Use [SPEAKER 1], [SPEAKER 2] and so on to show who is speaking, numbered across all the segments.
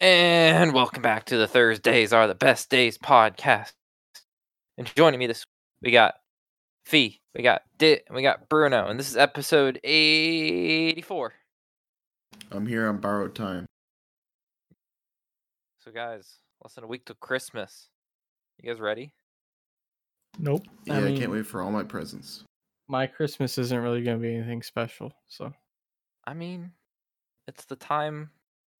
[SPEAKER 1] And welcome back to the Thursdays Are the Best Days podcast. And joining me this we got Fee, we got Dit, and we got Bruno, and this is episode 84.
[SPEAKER 2] I'm here on borrowed time.
[SPEAKER 1] So guys, less than a week till Christmas. You guys ready?
[SPEAKER 3] Nope.
[SPEAKER 2] Yeah, I, can't wait for all my presents.
[SPEAKER 3] My Christmas isn't really going to be anything special. So
[SPEAKER 1] I mean, it's the time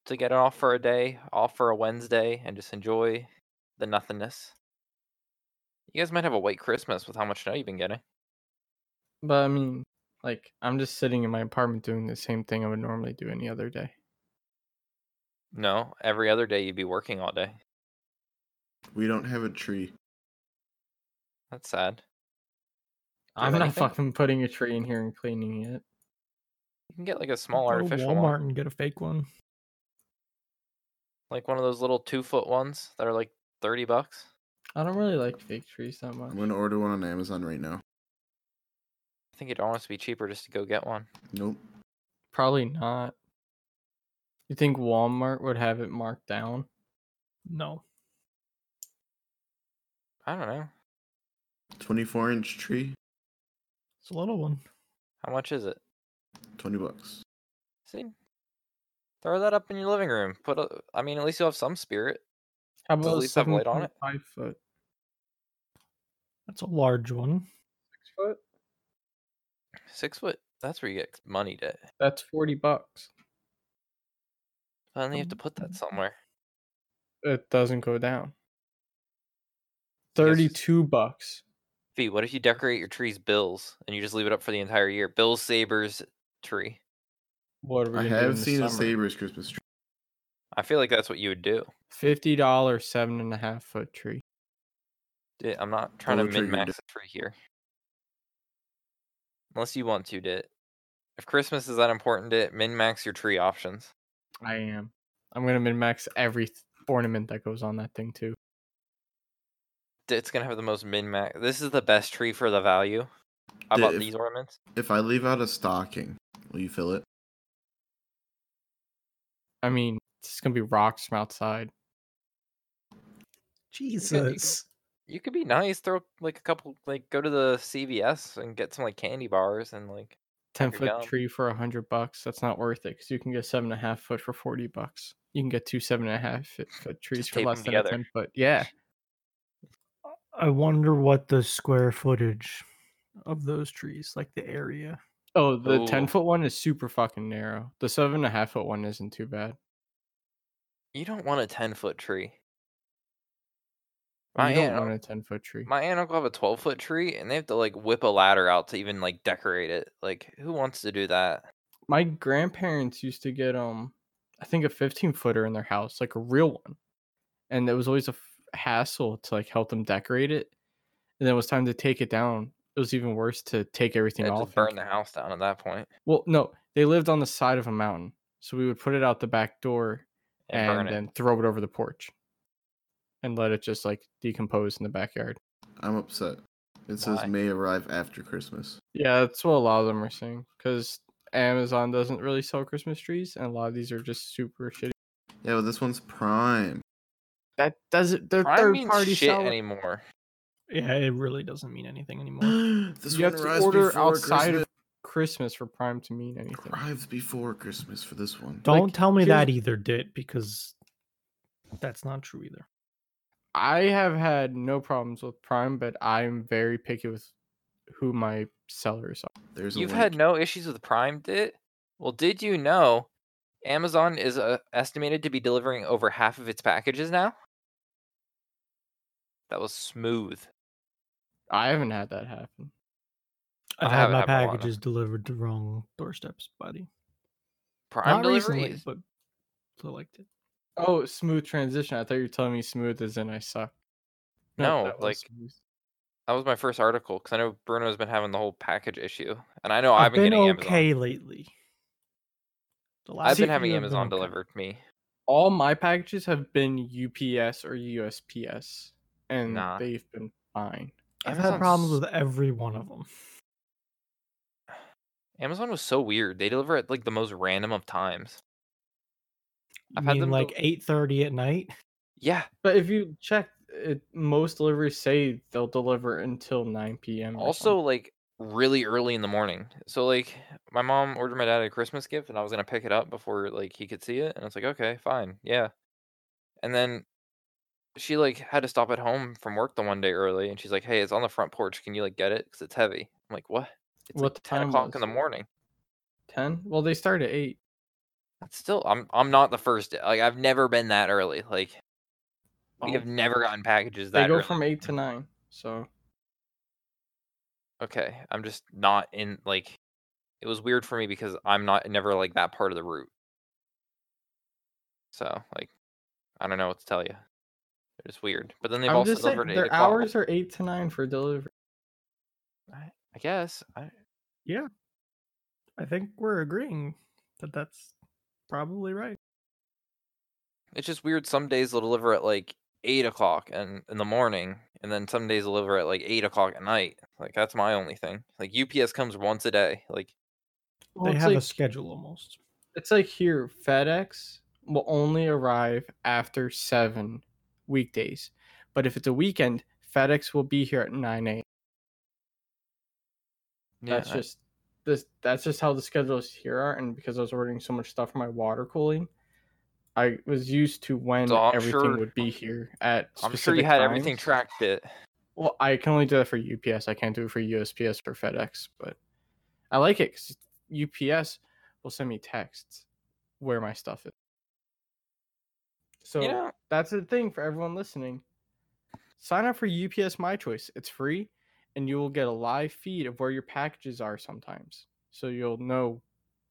[SPEAKER 1] to get off for a day, off for a Wednesday, and just enjoy the nothingness. You guys might have a white Christmas with how much snow you've been getting.
[SPEAKER 3] But I mean, like, I'm just sitting in my apartment doing the same thing I would normally do any other day.
[SPEAKER 1] No, every other day you'd be working all day.
[SPEAKER 2] We don't have a tree.
[SPEAKER 1] That's sad. Do you
[SPEAKER 3] I'm
[SPEAKER 1] have
[SPEAKER 3] not
[SPEAKER 1] anything?
[SPEAKER 3] fucking putting a tree in here and cleaning it.
[SPEAKER 1] You can get like a small
[SPEAKER 4] Go to
[SPEAKER 1] artificial
[SPEAKER 4] Walmart
[SPEAKER 1] one,
[SPEAKER 4] and get a fake one.
[SPEAKER 1] like one of those little two foot ones that are like thirty bucks.
[SPEAKER 3] I don't really like fake trees that much.
[SPEAKER 2] I'm gonna order one on Amazon right now.
[SPEAKER 1] I think it'd almost be cheaper just to go get one.
[SPEAKER 2] Nope.
[SPEAKER 3] Probably not. You think Walmart would have it marked down?
[SPEAKER 4] No.
[SPEAKER 1] I don't know.
[SPEAKER 2] 24 inch tree,
[SPEAKER 4] It's a little one.
[SPEAKER 1] How much is it?
[SPEAKER 2] 20 bucks.
[SPEAKER 1] See, throw that up in your living room. Put a. I mean, at least you'll have some spirit.
[SPEAKER 3] How
[SPEAKER 1] Does it at
[SPEAKER 3] about
[SPEAKER 1] least have light on it?
[SPEAKER 3] Five foot,
[SPEAKER 4] That's a large one.
[SPEAKER 3] six foot.
[SPEAKER 1] Six foot. That's where you get money to.
[SPEAKER 3] That's forty bucks.
[SPEAKER 1] But then you have to put that somewhere.
[SPEAKER 3] It doesn't go down.
[SPEAKER 1] I guess it's-
[SPEAKER 3] Thirty-two bucks.
[SPEAKER 1] Fee, what if you decorate your tree's bills and you just leave it up for the entire year? Bill Sabers tree.
[SPEAKER 3] What are we
[SPEAKER 2] I
[SPEAKER 3] gonna do in
[SPEAKER 2] have
[SPEAKER 3] the
[SPEAKER 2] seen a
[SPEAKER 3] summer?
[SPEAKER 2] Sabres Christmas tree.
[SPEAKER 1] I feel like that's what you would do.
[SPEAKER 3] Fifty dollar seven and a half foot tree.
[SPEAKER 1] Dit, I'm not trying to
[SPEAKER 2] looks like
[SPEAKER 1] min
[SPEAKER 2] you're
[SPEAKER 1] max the tree here. Unless you want to, Dit. If Christmas is that important, Dit, min max your tree options.
[SPEAKER 3] I am. I'm gonna min max every th- ornament that goes on that thing too.
[SPEAKER 1] Dit's gonna have the most min max. This is the best tree for the value. How
[SPEAKER 2] Dit,
[SPEAKER 1] about
[SPEAKER 2] if-
[SPEAKER 1] these ornaments?
[SPEAKER 2] If I leave out a stocking, will you fill it?
[SPEAKER 3] I mean, it's just gonna be rocks from outside.
[SPEAKER 1] Jesus. You could be nice. Throw like a couple, like go to the CVS and get some like candy bars and like.
[SPEAKER 3] Ten
[SPEAKER 1] your
[SPEAKER 3] foot
[SPEAKER 1] gum.
[SPEAKER 3] tree for a hundred bucks. That's not worth it because you can get seven and a half foot for forty bucks. You can get two seven and a half fi- foot trees for
[SPEAKER 1] tape 'em
[SPEAKER 3] less than
[SPEAKER 1] together.
[SPEAKER 3] a ten foot. Yeah,
[SPEAKER 4] I wonder what the square footage of those trees, like the area.
[SPEAKER 3] Oh, the ten
[SPEAKER 1] Ooh.
[SPEAKER 3] foot one is super fucking narrow. The seven and a half foot one isn't too bad.
[SPEAKER 1] You don't want a ten foot tree.
[SPEAKER 3] I
[SPEAKER 1] My
[SPEAKER 3] don't
[SPEAKER 1] aunt,
[SPEAKER 3] want a ten foot tree.
[SPEAKER 1] my aunt and uncle have a twelve foot tree, and they have to like whip a ladder out to even like decorate it. Like, who wants to do that?
[SPEAKER 3] My grandparents used to get um, I think a fifteen footer in their house, like a real one, and it was always a f- hassle to like help them decorate it. And then it was time to take it down. It was even worse to take everything
[SPEAKER 1] They have to
[SPEAKER 3] off. and
[SPEAKER 1] burn the house down at that point
[SPEAKER 3] Well, no, they lived on the side of a mountain, so we would put it out the back door
[SPEAKER 1] and, burn
[SPEAKER 3] and
[SPEAKER 1] it.
[SPEAKER 3] then throw it over the porch, and let it just like decompose in the backyard.
[SPEAKER 2] I'm upset. It says
[SPEAKER 1] Why?
[SPEAKER 2] may arrive after Christmas.
[SPEAKER 3] Yeah, that's what a lot of them are saying because Amazon doesn't really sell Christmas trees, and a lot of these are just super shitty.
[SPEAKER 2] Yeah, but this one's prime.
[SPEAKER 3] That doesn't. They're
[SPEAKER 1] Prime
[SPEAKER 3] third
[SPEAKER 1] means
[SPEAKER 3] party
[SPEAKER 1] shit
[SPEAKER 3] seller.
[SPEAKER 1] anymore.
[SPEAKER 4] Yeah, it really doesn't mean anything anymore.
[SPEAKER 2] this
[SPEAKER 3] you
[SPEAKER 2] one
[SPEAKER 3] have to
[SPEAKER 2] arrives
[SPEAKER 3] order
[SPEAKER 2] before
[SPEAKER 3] outside
[SPEAKER 2] Christmas.
[SPEAKER 3] of Christmas for Prime to mean anything.
[SPEAKER 2] Arrives before Christmas for this one.
[SPEAKER 4] Don't
[SPEAKER 3] Like,
[SPEAKER 4] tell me
[SPEAKER 3] here's-
[SPEAKER 4] that either, Dit, because that's not true either.
[SPEAKER 3] I have had no problems with Prime, but I'm very picky with who my sellers are.
[SPEAKER 2] There's a
[SPEAKER 1] You've
[SPEAKER 2] link.
[SPEAKER 1] had no issues with Prime, did? Well, did you know Amazon is uh, estimated to be delivering over half of its packages now? That was smooth.
[SPEAKER 3] I haven't had that happen.
[SPEAKER 1] I
[SPEAKER 4] I've
[SPEAKER 1] have
[SPEAKER 4] had
[SPEAKER 1] it
[SPEAKER 4] my
[SPEAKER 1] happen a lot.
[SPEAKER 4] packages delivered to wrong doorsteps, buddy.
[SPEAKER 1] Prime
[SPEAKER 4] not
[SPEAKER 1] delivery
[SPEAKER 4] recently,
[SPEAKER 1] is-
[SPEAKER 4] but so like it.
[SPEAKER 3] Oh, smooth transition. I thought you were telling me smooth as in I suck.
[SPEAKER 1] No,
[SPEAKER 3] that was
[SPEAKER 1] like-
[SPEAKER 3] smooth.
[SPEAKER 1] that was my first article because I know Bruno's been having the whole package issue, and I know
[SPEAKER 4] I've,
[SPEAKER 1] Oh, I've, been,
[SPEAKER 4] been,
[SPEAKER 1] getting Amazon.
[SPEAKER 4] okay lately. The
[SPEAKER 1] I've
[SPEAKER 4] last
[SPEAKER 1] been
[SPEAKER 4] few
[SPEAKER 1] having
[SPEAKER 4] have
[SPEAKER 1] Amazon
[SPEAKER 4] okay.
[SPEAKER 1] delivered me.
[SPEAKER 3] all my packages have been UPS or USPS, and
[SPEAKER 1] Nah.
[SPEAKER 3] they've been fine.
[SPEAKER 4] I've
[SPEAKER 1] Amazon's-
[SPEAKER 4] had problems with every one of them.
[SPEAKER 1] Amazon was so weird. They deliver at like the most random of times. I've
[SPEAKER 4] I've
[SPEAKER 1] had
[SPEAKER 4] mean,
[SPEAKER 1] them
[SPEAKER 4] like
[SPEAKER 1] del-
[SPEAKER 4] eight thirty at night.
[SPEAKER 1] Yeah.
[SPEAKER 3] But if you check, it, most deliveries say they'll deliver until 9 p.m. or
[SPEAKER 1] Also, like really early in the morning. So like my mom ordered my dad a Christmas gift, and I was gonna pick it up before like he could see it, and I was like, okay, fine, yeah. And then she like had to stop at home from work the one day early, and she's like, hey, it's on the front porch. Can you like get it? Cause it's heavy. I'm like, what? It's
[SPEAKER 3] What
[SPEAKER 1] like ten
[SPEAKER 3] time
[SPEAKER 1] o'clock
[SPEAKER 3] was
[SPEAKER 1] in the
[SPEAKER 3] it?
[SPEAKER 1] morning.
[SPEAKER 3] something. 10? Well, they start at 8.
[SPEAKER 1] That's still, I'm I'm not the first. Like I've never been that early. Like we have
[SPEAKER 3] Well,
[SPEAKER 1] never gotten packages
[SPEAKER 3] Oh, They
[SPEAKER 1] that
[SPEAKER 3] go
[SPEAKER 1] early.
[SPEAKER 3] from 8 to 9. So,
[SPEAKER 1] okay i'm just not in like it was weird for me because i'm not never like that part of the route so like i don't know what to tell you it's weird but then they've
[SPEAKER 3] I'm
[SPEAKER 1] also
[SPEAKER 3] just saying,
[SPEAKER 1] delivered at eight
[SPEAKER 3] their
[SPEAKER 1] o'clock.
[SPEAKER 3] hours are 8 to 9 for delivery.
[SPEAKER 1] I, I guess I,
[SPEAKER 4] I think we're agreeing that that's probably right.
[SPEAKER 1] it's just weird some days they'll deliver at like eight o'clock and in the morning and then some days they'll deliver at like eight o'clock at night like that's my only thing like ups comes once a day like
[SPEAKER 3] Well,
[SPEAKER 4] they
[SPEAKER 3] it's
[SPEAKER 4] have a
[SPEAKER 3] like-
[SPEAKER 4] schedule almost.
[SPEAKER 3] It's like here, FedEx will only arrive after 7 weekdays. But if it's a weekend, FedEx will be here at 9 a.m. that's
[SPEAKER 1] I-
[SPEAKER 3] just this that's just how the schedules here are and because i was ordering so much stuff for my water cooling i was used to when
[SPEAKER 1] So I'm
[SPEAKER 3] everything
[SPEAKER 1] sure-
[SPEAKER 3] would be here at
[SPEAKER 1] i'm sure you
[SPEAKER 3] specific
[SPEAKER 1] had everything
[SPEAKER 3] times.
[SPEAKER 1] tracked it
[SPEAKER 3] well i can only do that for ups i can't do it for usps or fedex but i like it because ups will send me texts where my stuff is so
[SPEAKER 1] you know
[SPEAKER 3] that's the thing for everyone listening. Sign up for UPS My Choice. It's free, and you will get a live feed of where your packages are sometimes. So you'll know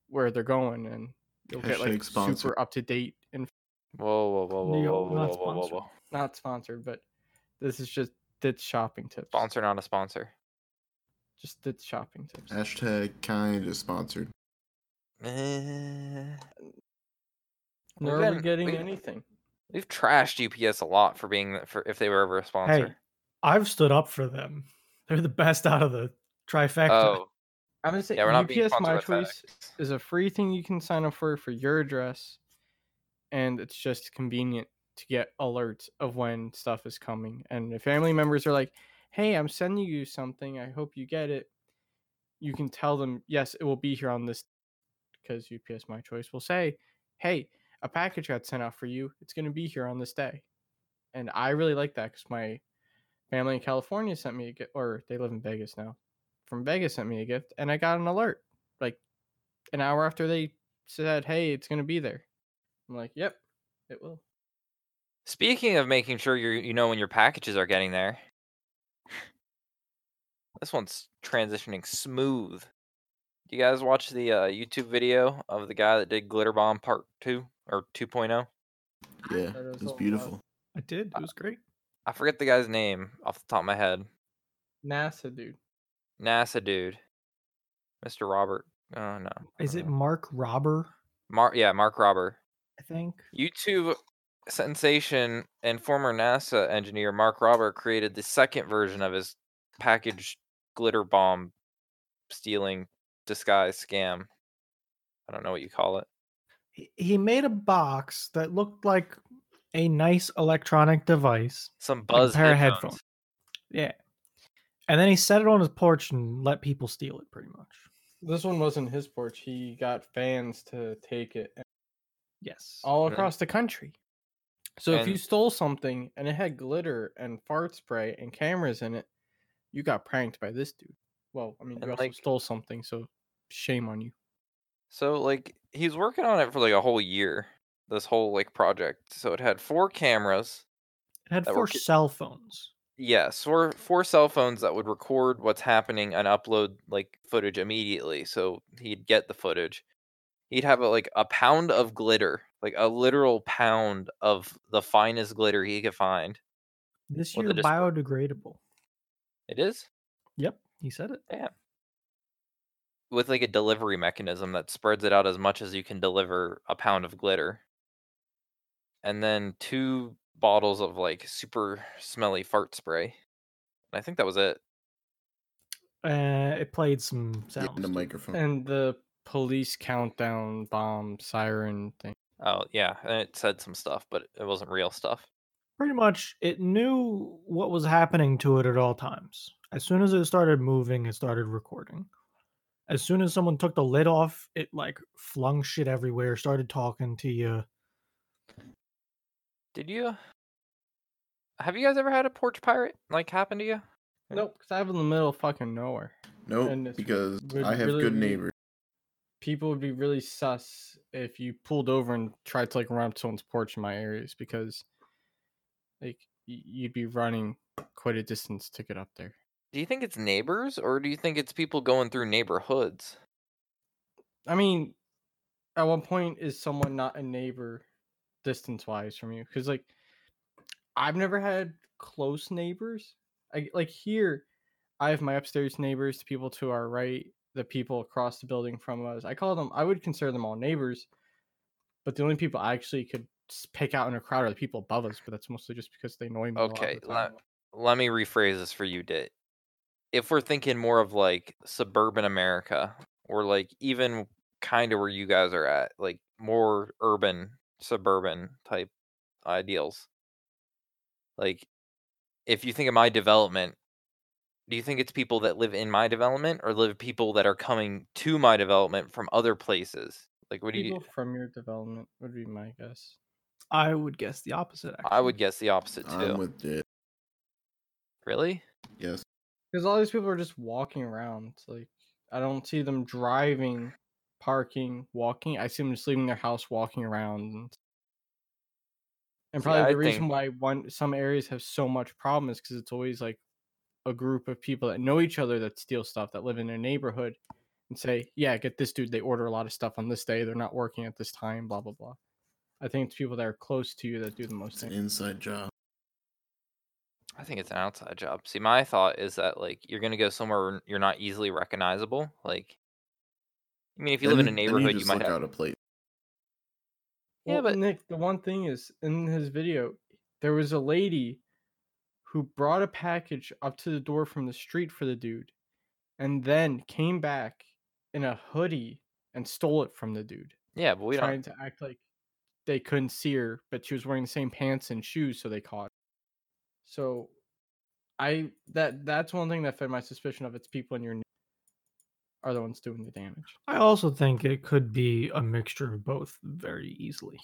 [SPEAKER 3] where they're going, and you'll get like
[SPEAKER 2] Hashtag sponsor.
[SPEAKER 3] super up to date and
[SPEAKER 1] whoa whoa whoa whoa
[SPEAKER 4] Yo,
[SPEAKER 1] whoa whoa
[SPEAKER 4] not
[SPEAKER 1] whoa whoa,
[SPEAKER 4] sponsored.
[SPEAKER 1] whoa.
[SPEAKER 3] not sponsored, but this is just did shopping tips.
[SPEAKER 1] sponsor not a sponsor
[SPEAKER 3] Just did shopping tips.
[SPEAKER 2] Hashtag kind is sponsored.
[SPEAKER 1] Eh,
[SPEAKER 3] Nor
[SPEAKER 1] we've
[SPEAKER 3] are we
[SPEAKER 1] been-
[SPEAKER 3] getting
[SPEAKER 1] we-
[SPEAKER 3] anything.
[SPEAKER 1] We've trashed UPS a lot for being the- for if they were ever a sponsor.
[SPEAKER 4] I've stood up for them. They're the best out of the trifecta.
[SPEAKER 1] oh,
[SPEAKER 3] I'm gonna say
[SPEAKER 1] yeah, we're not being
[SPEAKER 3] UPS
[SPEAKER 1] sponsored
[SPEAKER 3] My
[SPEAKER 1] by
[SPEAKER 3] Choice
[SPEAKER 1] FedEx.
[SPEAKER 3] is a free thing you can sign up for for your address, and it's just convenient to get alerts of when stuff is coming. And if family members are like, "Hey, I'm sending you something. I hope you get it," you can tell them, "Yes, it will be here on this," because UPS My Choice will say, "Hey, a package got sent out for you. It's going to be here on this day." And I really like that because my family in California sent me a gift, or they live in Vegas now. From Vegas sent me a gift, and I got an alert like an hour after they said, "Hey, it's gonna be there." I'm like, "Yep, it will."
[SPEAKER 1] Speaking of making sure you you know when your packages are getting there, this one's transitioning smooth. You guys watch the uh, YouTube video of the guy that did Glitter Bomb Part Two Oh? or 2.0?
[SPEAKER 2] Yeah,
[SPEAKER 3] That is
[SPEAKER 2] it's
[SPEAKER 3] all
[SPEAKER 2] beautiful.
[SPEAKER 3] love.
[SPEAKER 4] I did.
[SPEAKER 1] Uh,
[SPEAKER 4] It was great.
[SPEAKER 1] I forget the guy's name off the top of my head.
[SPEAKER 3] NASA, dude.
[SPEAKER 1] NASA dude, Mr. Robert. Oh no,
[SPEAKER 4] Is it
[SPEAKER 1] Uh,
[SPEAKER 4] Mark Robber?
[SPEAKER 1] Mar? Yeah, Mark Robber.
[SPEAKER 4] I think.
[SPEAKER 1] YouTube sensation and former NASA engineer Mark Robert created the second version of his package glitter bomb stealing disguise scam. I don't know what you call it.
[SPEAKER 4] He- He made a box that looked like a nice electronic device,
[SPEAKER 1] Some
[SPEAKER 4] Like a
[SPEAKER 1] buzz
[SPEAKER 4] pair of
[SPEAKER 1] headphones.
[SPEAKER 4] headphones. Yeah. And then he set it on his porch and let people steal it pretty much.
[SPEAKER 3] This one wasn't his porch. He got fans to take it
[SPEAKER 4] Yes.
[SPEAKER 3] all
[SPEAKER 1] Really?
[SPEAKER 3] across the country. So if you
[SPEAKER 1] And-
[SPEAKER 3] stole something and it had glitter and fart spray and cameras in it, you got pranked by this dude. Well, I mean, you
[SPEAKER 1] And,
[SPEAKER 3] also
[SPEAKER 1] like-
[SPEAKER 3] stole something, so shame on you.
[SPEAKER 1] So like he's working on it for like a whole year. This whole like project. So it had four cameras.
[SPEAKER 4] it had
[SPEAKER 1] that
[SPEAKER 4] four
[SPEAKER 1] worked it-
[SPEAKER 4] cell phones.
[SPEAKER 1] Yes, four four cell phones that would record what's happening and upload like footage immediately. So he'd get the footage. He'd have like a pound of glitter, like a literal pound of the finest glitter he could find.
[SPEAKER 4] This
[SPEAKER 1] Well,
[SPEAKER 4] year,
[SPEAKER 1] they just-
[SPEAKER 4] biodegradable.
[SPEAKER 1] It is
[SPEAKER 4] Yep, he said it.
[SPEAKER 1] with like a delivery mechanism that spreads it out as much as you can deliver a pound of glitter. And then two bottles of like super smelly fart spray. I think that was it.
[SPEAKER 4] Uh, it played some
[SPEAKER 2] Yeah,
[SPEAKER 4] sounds.
[SPEAKER 3] Hmm.
[SPEAKER 2] and a microphone.
[SPEAKER 3] And the police countdown bomb siren thing.
[SPEAKER 1] Oh yeah, and it said some stuff, but it wasn't real stuff.
[SPEAKER 4] pretty much it knew what was happening to it at all times. As soon as it started moving, it started recording. As soon as someone took the lid off, it like flung shit everywhere, started talking to you.
[SPEAKER 1] Did you? Have you guys ever had a porch pirate like happen to you?
[SPEAKER 3] Nope, because I live in the middle of fucking nowhere. And
[SPEAKER 2] Nope,
[SPEAKER 3] it's
[SPEAKER 2] because
[SPEAKER 3] would
[SPEAKER 2] I have
[SPEAKER 3] really
[SPEAKER 2] good
[SPEAKER 3] be-
[SPEAKER 2] neighbors.
[SPEAKER 3] People would be really sus if you pulled over and tried to like run up to someone's porch in my areas because like y- you'd be running quite a distance to get up there.
[SPEAKER 1] Do you think it's neighbors or do you think it's people going through neighborhoods?
[SPEAKER 3] I mean, at one point is someone not a neighbor distance wise from you? Because like I've never had close neighbors. I like here, I have my upstairs neighbors, the people to our right, the people across the building from us. I call them I would consider them all neighbors, but the only people I actually could s- pick out in a crowd are the people above us, but that's mostly just because they annoy me. a lot of
[SPEAKER 1] Okay,
[SPEAKER 3] the
[SPEAKER 1] let-
[SPEAKER 3] time.
[SPEAKER 1] Let me rephrase this for you, Dit. If we're thinking more of like suburban America or like even kind of where you guys are at, like more urban, suburban type ideals, like if you think of my development, do you think it's people that live in my development or live people that are coming to my development from other places? Like, what do you?
[SPEAKER 3] people from your development would be my guess.
[SPEAKER 4] I would guess the opposite.
[SPEAKER 1] I would guess the opposite too.
[SPEAKER 2] I'm with it.
[SPEAKER 1] Really?
[SPEAKER 2] Yes.
[SPEAKER 3] Because all these people are just walking around. Like I don't see them driving, parking, walking. I see them just leaving their house, walking around. And,
[SPEAKER 1] See,
[SPEAKER 3] and probably
[SPEAKER 1] I
[SPEAKER 3] the reason
[SPEAKER 1] think-
[SPEAKER 3] why one some areas have so much problem is because it's always like a group of people that know each other that steal stuff that live in their neighborhood and say, "Yeah, get this dude. They order a lot of stuff on this day. They're not working at this time. Blah blah blah." I think it's people that are close to you that do the most.
[SPEAKER 2] It's an
[SPEAKER 3] Thing.
[SPEAKER 2] inside job.
[SPEAKER 1] I think it's an outside job. See, my thought is that like you're gonna go somewhere where you're not easily recognizable. Like, I mean, if you live in a
[SPEAKER 2] Then- then
[SPEAKER 1] neighborhood, you,
[SPEAKER 2] just
[SPEAKER 1] might
[SPEAKER 2] look
[SPEAKER 1] have.
[SPEAKER 2] out a plate.
[SPEAKER 1] Yeah,
[SPEAKER 3] Well,
[SPEAKER 1] but-
[SPEAKER 3] Nick, the one thing is in his video, there was a lady who brought a package up to the door from the street for the dude and then came back in a hoodie and stole it from the dude,
[SPEAKER 1] Yeah, but we
[SPEAKER 3] trying
[SPEAKER 1] don't.
[SPEAKER 3] to act like they couldn't see her, but she was wearing the same pants and shoes, so they caught. her. So I that that's one thing that fed my suspicion of it's people in your n- are the ones doing the damage.
[SPEAKER 4] I also think it could be a mixture of both very easily.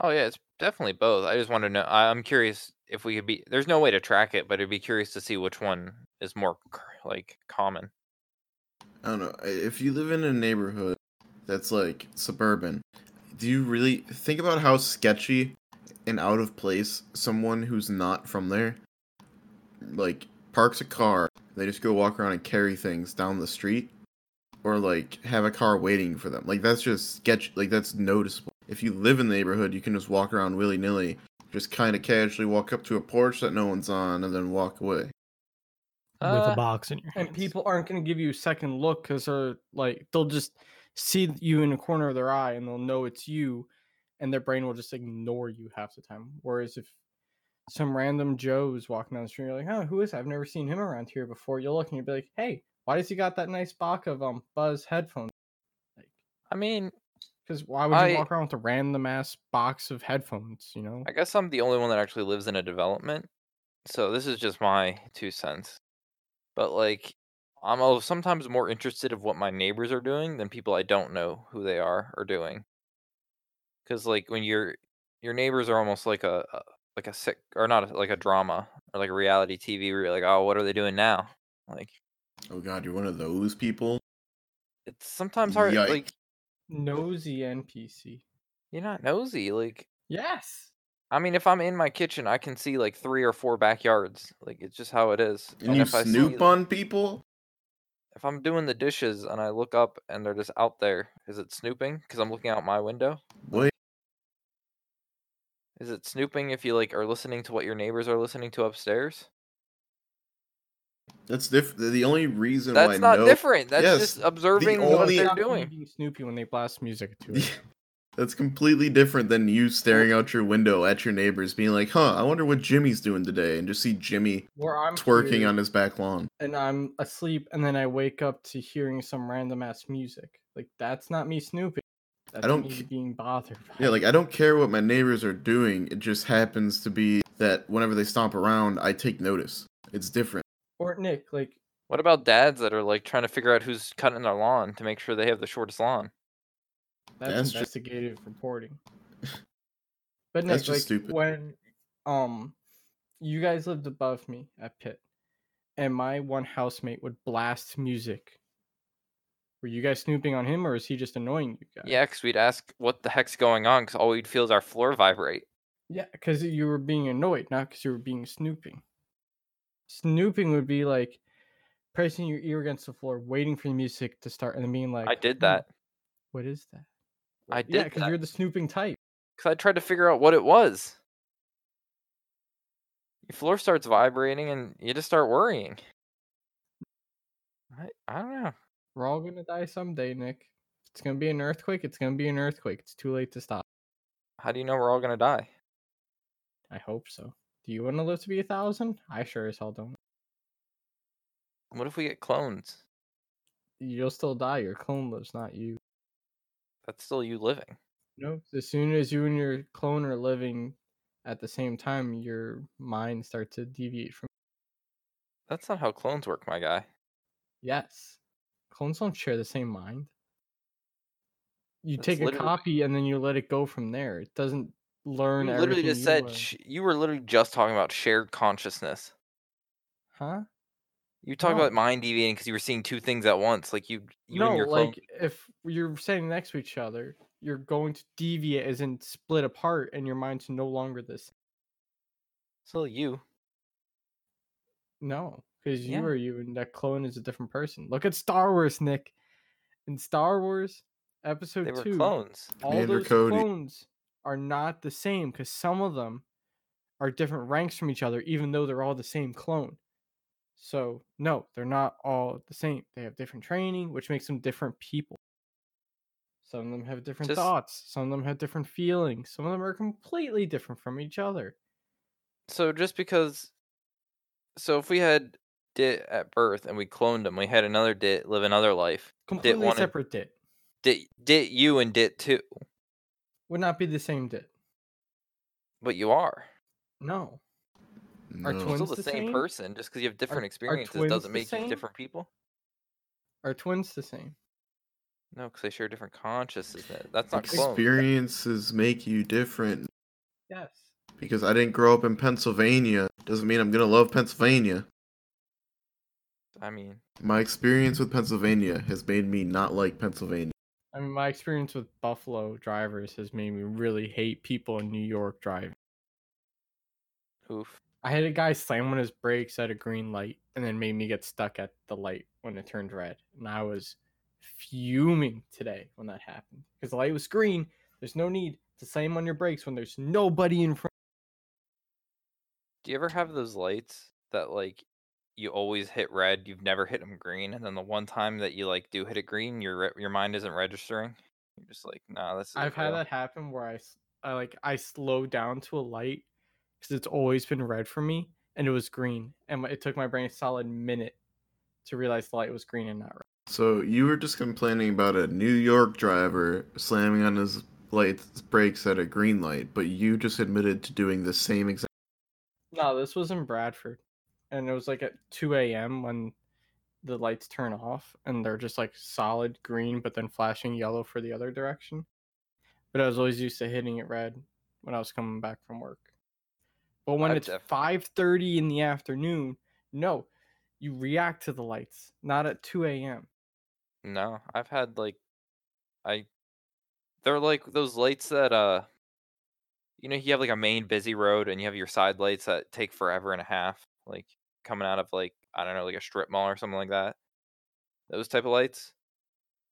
[SPEAKER 1] Oh yeah, it's definitely both. I just want to know. I, I'm curious if we could be. There's no way to track it, but I'd be curious to see which one is more cur- like common.
[SPEAKER 2] I don't know. i- If you live in a neighborhood that's like suburban, do you really think about how sketchy and out of place someone who's not from there like parks a car, they just go walk around and carry things down the street or like have a car waiting for them. Like that's just sketch like that's noticeable. If you live in the neighborhood, you can just walk around willy-nilly, just kind of casually walk up to a porch that no one's on and then walk away.
[SPEAKER 4] with
[SPEAKER 1] Uh,
[SPEAKER 4] a box in your hand.
[SPEAKER 3] and people aren't going to give you a second look because they're like they'll just see you in the corner of their eye and they'll know it's you and their brain will just ignore you half the time whereas if some random joe is walking down the street you're like oh who is that? i've never seen him around here before you'll look and you'll be like hey why does he got that nice box of um buzz headphones
[SPEAKER 1] I mean,
[SPEAKER 3] because why would
[SPEAKER 1] I-
[SPEAKER 3] you walk around with a random ass box of headphones you know
[SPEAKER 1] I guess I'm the only one that actually lives in a development. So this is just my two cents. But like I'm al- sometimes more interested of what my neighbors are doing than people I don't know who they are are doing. Cuz like when your your neighbors are almost like a a- like a sick or not a, like a drama or like a reality TV where you're like, "Oh, what are they doing now?" Like
[SPEAKER 2] Oh god, you're one of those people.
[SPEAKER 1] it's sometimes hard
[SPEAKER 2] Yikes.
[SPEAKER 1] like
[SPEAKER 3] nosy npc
[SPEAKER 1] you're not nosy. Like
[SPEAKER 3] yes
[SPEAKER 1] I mean, if I'm in my kitchen, I can see like three or four backyards. Like it's just how it is.
[SPEAKER 2] And you
[SPEAKER 1] if I see,
[SPEAKER 2] snoop
[SPEAKER 1] like-
[SPEAKER 2] on people?
[SPEAKER 1] if I'm doing the dishes and I look up and they're just out there, is it snooping? Because I'm looking out my window.
[SPEAKER 2] What?
[SPEAKER 1] Is it snooping if you like are listening to what your neighbors are listening to upstairs?
[SPEAKER 2] That's diff- the- the only reason why
[SPEAKER 1] That's not
[SPEAKER 2] no-
[SPEAKER 1] different. That's
[SPEAKER 2] Yes,
[SPEAKER 1] just observing what
[SPEAKER 2] only-
[SPEAKER 1] they're
[SPEAKER 3] Stop
[SPEAKER 1] doing.
[SPEAKER 3] being snoopy when they blast music to it
[SPEAKER 2] That's completely different than you staring out your window at your neighbors, being like, "Huh, I wonder what Jimmy's doing today," and just see Jimmy
[SPEAKER 3] where i'm
[SPEAKER 2] twerking
[SPEAKER 3] here-
[SPEAKER 2] on his back lawn.
[SPEAKER 3] and I'm asleep, and then I wake up to hearing some random ass music. Like that's not me snooping. That's
[SPEAKER 2] I don't
[SPEAKER 3] me
[SPEAKER 2] ca-
[SPEAKER 3] being bothered. by
[SPEAKER 2] Yeah,
[SPEAKER 3] it.
[SPEAKER 2] like I don't care what my neighbors are doing. It just happens to be that whenever they stomp around, I take notice. It's different.
[SPEAKER 3] or Nick, like
[SPEAKER 1] What about dads that are like trying to figure out who's cutting their lawn to make sure they have the shortest lawn?
[SPEAKER 3] That's,
[SPEAKER 2] That's ju-
[SPEAKER 3] investigative reporting. But Nick,
[SPEAKER 2] That's just
[SPEAKER 3] like
[SPEAKER 2] stupid.
[SPEAKER 3] when um you guys lived above me at Pitt, and my one housemate would blast music. Were you guys snooping on him, or is he just annoying you guys?
[SPEAKER 1] Yeah, because we'd ask what the heck's going on because all we'd feel is our floor vibrate.
[SPEAKER 3] yeah, because you were being annoyed, not because you were being snooping. Snooping would be like pressing your ear against the floor, waiting for the music to start, and then being like,
[SPEAKER 1] I did
[SPEAKER 3] "Hmm,
[SPEAKER 1] that.
[SPEAKER 3] What is that?
[SPEAKER 1] I
[SPEAKER 3] yeah,
[SPEAKER 1] did
[SPEAKER 3] because
[SPEAKER 1] that
[SPEAKER 3] you're the snooping type.
[SPEAKER 1] because I tried to figure out what it was. Your floor starts vibrating and you just start worrying. I, I don't know.
[SPEAKER 3] We're all gonna die someday, Nick. It's gonna be an earthquake. It's gonna be an earthquake. It's too late to stop.
[SPEAKER 1] How do you know we're all gonna die?
[SPEAKER 3] I hope so. Do you want to live to be a thousand? I sure as hell don't.
[SPEAKER 1] What if we get clones?
[SPEAKER 3] You'll still die. Your clone lives, not you.
[SPEAKER 1] That's still you living.
[SPEAKER 3] No. As soon as you and your clone are living at the same time, your mind starts to deviate from.
[SPEAKER 1] That's not how clones work, my guy.
[SPEAKER 3] Yes, clones don't share the same mind. You
[SPEAKER 1] That's
[SPEAKER 3] take a
[SPEAKER 1] literally-
[SPEAKER 3] copy and then you let it go from there. It doesn't learn.
[SPEAKER 1] You literally
[SPEAKER 3] everything
[SPEAKER 1] just
[SPEAKER 3] you uh, learn.
[SPEAKER 1] said sh- you were literally just talking about shared consciousness.
[SPEAKER 3] "Huh."
[SPEAKER 1] You talked
[SPEAKER 3] No.
[SPEAKER 1] about mind deviating because you were seeing two things at once, like you, you
[SPEAKER 3] no,
[SPEAKER 1] and your clone.
[SPEAKER 3] like if you're sitting next to each other, you're going to deviate as in split apart, and your mind's no longer this.
[SPEAKER 1] Still you.
[SPEAKER 3] No, because you
[SPEAKER 1] Yeah.
[SPEAKER 3] are you, and that clone is a different person. Look at Star Wars, Nick. In Star Wars Episode
[SPEAKER 1] They were
[SPEAKER 3] Two,
[SPEAKER 1] clones.
[SPEAKER 3] all
[SPEAKER 2] Commander
[SPEAKER 3] those
[SPEAKER 2] Cody.
[SPEAKER 3] clones are not the same because some of them are different ranks from each other, even though they're all the same clone. So no, they're not all the same. They have different training, which makes them different people. Some of them have different
[SPEAKER 1] Just-
[SPEAKER 3] thoughts. Some of them have different feelings. Some of them are completely different from each other.
[SPEAKER 1] So just because, so if we had Dit at birth and we cloned him, we had another Dit live another life.
[SPEAKER 3] Completely
[SPEAKER 1] wanted-
[SPEAKER 3] separate dit
[SPEAKER 1] Dit, Dit, you and Dit two,
[SPEAKER 3] would not be the same dit.
[SPEAKER 1] but you are.
[SPEAKER 3] No,
[SPEAKER 2] No.
[SPEAKER 3] Our
[SPEAKER 1] You're still
[SPEAKER 3] Twins
[SPEAKER 1] the
[SPEAKER 3] the
[SPEAKER 1] same,
[SPEAKER 3] same?
[SPEAKER 1] person. Just because you have different
[SPEAKER 3] are
[SPEAKER 1] experiences
[SPEAKER 3] twins
[SPEAKER 1] doesn't
[SPEAKER 3] the
[SPEAKER 1] make you
[SPEAKER 3] same?
[SPEAKER 1] different people.
[SPEAKER 3] are twins the same?
[SPEAKER 1] No, because they share different consciousness. That- That's not clones.
[SPEAKER 2] Experiences make you different.
[SPEAKER 3] Yes.
[SPEAKER 2] Because I didn't grow up in Pennsylvania doesn't mean I'm gonna love Pennsylvania.
[SPEAKER 1] I mean,
[SPEAKER 2] My experience with Pennsylvania has made me not like Pennsylvania.
[SPEAKER 3] I mean, my experience with Buffalo drivers has made me really hate people in New York driving.
[SPEAKER 1] oof.
[SPEAKER 3] I had a guy slam on his brakes at a green light and then made me get stuck at the light when it turned red. And I was fuming today when that happened because the light was green. There's no need to slam on your brakes when there's nobody in front.
[SPEAKER 1] Do you ever have those lights that like you always hit red, you've never hit them green, and then the one time that you like do hit it green, your re- your mind isn't registering. You're just like, nah, this. Is
[SPEAKER 3] I've had that happen where I, s- I, like I slowed down to a light because it's always been red for me and it was green. And my- it took my brain a solid minute to realize the light was green and not red.
[SPEAKER 2] So you were just complaining about a New York driver slamming on his lights brakes at a green light, but you just admitted to doing the same exact.
[SPEAKER 3] No, this was in Bradford, and it was like at two a.m. when the lights turn off, and they're just like solid green, but then flashing yellow for the other direction. But I was always used to hitting it red when I was coming back from work. But when
[SPEAKER 1] I've
[SPEAKER 3] it's
[SPEAKER 1] def-
[SPEAKER 3] five thirty in the afternoon, no, you react to the lights, not at two a.m.
[SPEAKER 1] No, I've had like, I, they're like those lights that uh, you know, you have like a main busy road, and you have your side lights that take forever and a half, like coming out of like I don't know, like a strip mall or something like that. Those type of lights.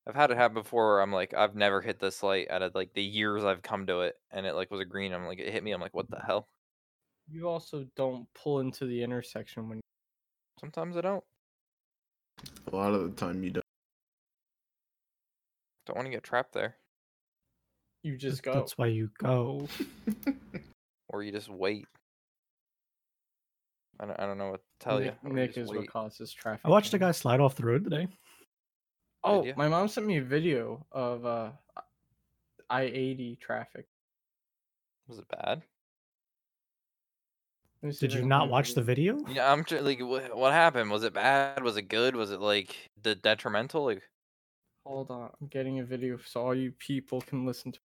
[SPEAKER 1] I've had it happen before. Where I'm like, I've never hit this light out of like the years I've come to it, and it like was a green. I'm like, it hit me. I'm like, what the hell?
[SPEAKER 3] You also don't pull into the intersection when
[SPEAKER 1] Sometimes I don't.
[SPEAKER 2] A lot of the time you don't.
[SPEAKER 1] Don't want to get trapped there,
[SPEAKER 3] you just
[SPEAKER 4] That-
[SPEAKER 3] go.
[SPEAKER 4] That's why you go.
[SPEAKER 1] or you just wait. I don't. I don't know what to tell
[SPEAKER 3] Nick,
[SPEAKER 1] you. or you
[SPEAKER 3] Nick
[SPEAKER 1] just
[SPEAKER 3] is
[SPEAKER 1] wait.
[SPEAKER 3] what causes traffic.
[SPEAKER 4] I watched a
[SPEAKER 3] jams.
[SPEAKER 4] guy slide off the road today.
[SPEAKER 3] Oh,
[SPEAKER 1] ya?
[SPEAKER 3] my mom sent me a video of uh I eighty traffic.
[SPEAKER 1] Was it bad?
[SPEAKER 3] Let me see
[SPEAKER 4] Did
[SPEAKER 3] if I
[SPEAKER 4] you
[SPEAKER 3] can
[SPEAKER 4] not
[SPEAKER 3] find a
[SPEAKER 4] watch the
[SPEAKER 3] video.
[SPEAKER 4] video?
[SPEAKER 1] Yeah, I'm tr- like, wh- what happened? Was it bad? Was it good? Was it like the detrimental? Like
[SPEAKER 3] Hold on, I'm getting a video so all you people can listen to.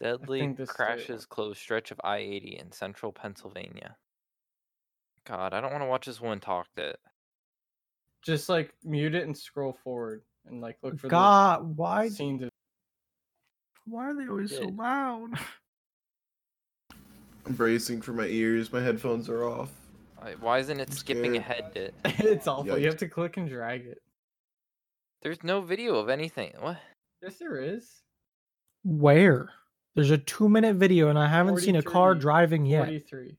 [SPEAKER 1] deadly
[SPEAKER 3] think this is the right one.
[SPEAKER 1] crashes closed stretch of I-80 in central Pennsylvania. God, I don't want to watch this woman talk. That
[SPEAKER 3] Just like mute it and scroll forward and like look for
[SPEAKER 4] God,
[SPEAKER 3] the
[SPEAKER 4] why
[SPEAKER 3] scene. To...
[SPEAKER 4] why are they always so
[SPEAKER 1] Good.
[SPEAKER 4] loud?
[SPEAKER 2] I'm bracing for my ears. My headphones are off.
[SPEAKER 1] I- why isn't it
[SPEAKER 2] I'm
[SPEAKER 1] skipping
[SPEAKER 2] scared.
[SPEAKER 1] ahead? Dit?
[SPEAKER 3] it's awful.
[SPEAKER 2] Yikes.
[SPEAKER 3] You have to click and drag it.
[SPEAKER 1] There's no video of anything. What?
[SPEAKER 3] Yes, there is.
[SPEAKER 4] Where? There's a two minute video and I haven't seen a car
[SPEAKER 3] 43,
[SPEAKER 4] driving yet.
[SPEAKER 3] Forty-three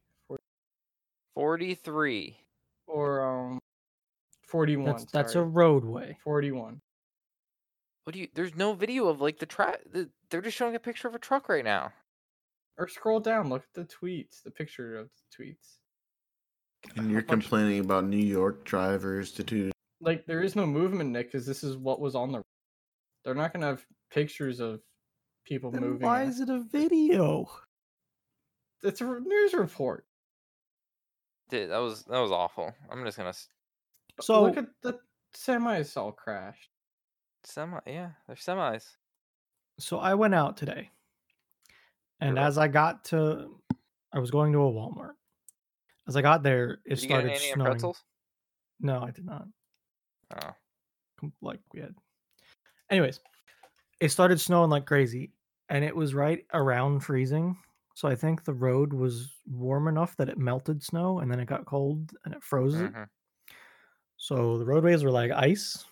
[SPEAKER 1] 43.
[SPEAKER 3] or um, forty-one.
[SPEAKER 4] That's that's a
[SPEAKER 3] sorry.
[SPEAKER 4] roadway.
[SPEAKER 3] forty-one.
[SPEAKER 1] What do you? There's no video of like the track. The, they're just showing a picture of a truck right now.
[SPEAKER 3] Or scroll down. Look at the tweets. The picture of the tweets.
[SPEAKER 2] And you're
[SPEAKER 1] How much-
[SPEAKER 2] complaining about New York drivers to do.
[SPEAKER 3] Like there is no movement, Nick, because this is what was on the. They're not gonna have pictures of people
[SPEAKER 4] Then
[SPEAKER 3] moving.
[SPEAKER 4] why
[SPEAKER 3] it?
[SPEAKER 4] is it a video?
[SPEAKER 3] It's a re- news report.
[SPEAKER 1] Dude, that was that was awful. I'm just gonna s-
[SPEAKER 4] So
[SPEAKER 3] look at the semis all crashed.
[SPEAKER 1] semi. Yeah, they're semis.
[SPEAKER 4] so I went out today, and as I got to, I was going to a Walmart. As I got there, it
[SPEAKER 1] Did you get
[SPEAKER 4] started
[SPEAKER 1] any Indian
[SPEAKER 4] snowing.
[SPEAKER 1] pretzels?
[SPEAKER 4] No, I did not.
[SPEAKER 1] Oh,
[SPEAKER 4] com- Like we had. Anyways, it started snowing like crazy, and it was right around freezing. So I think the road was warm enough that it melted snow, and then it got cold and it froze it.
[SPEAKER 1] mhm.
[SPEAKER 4] So the roadways were like ice.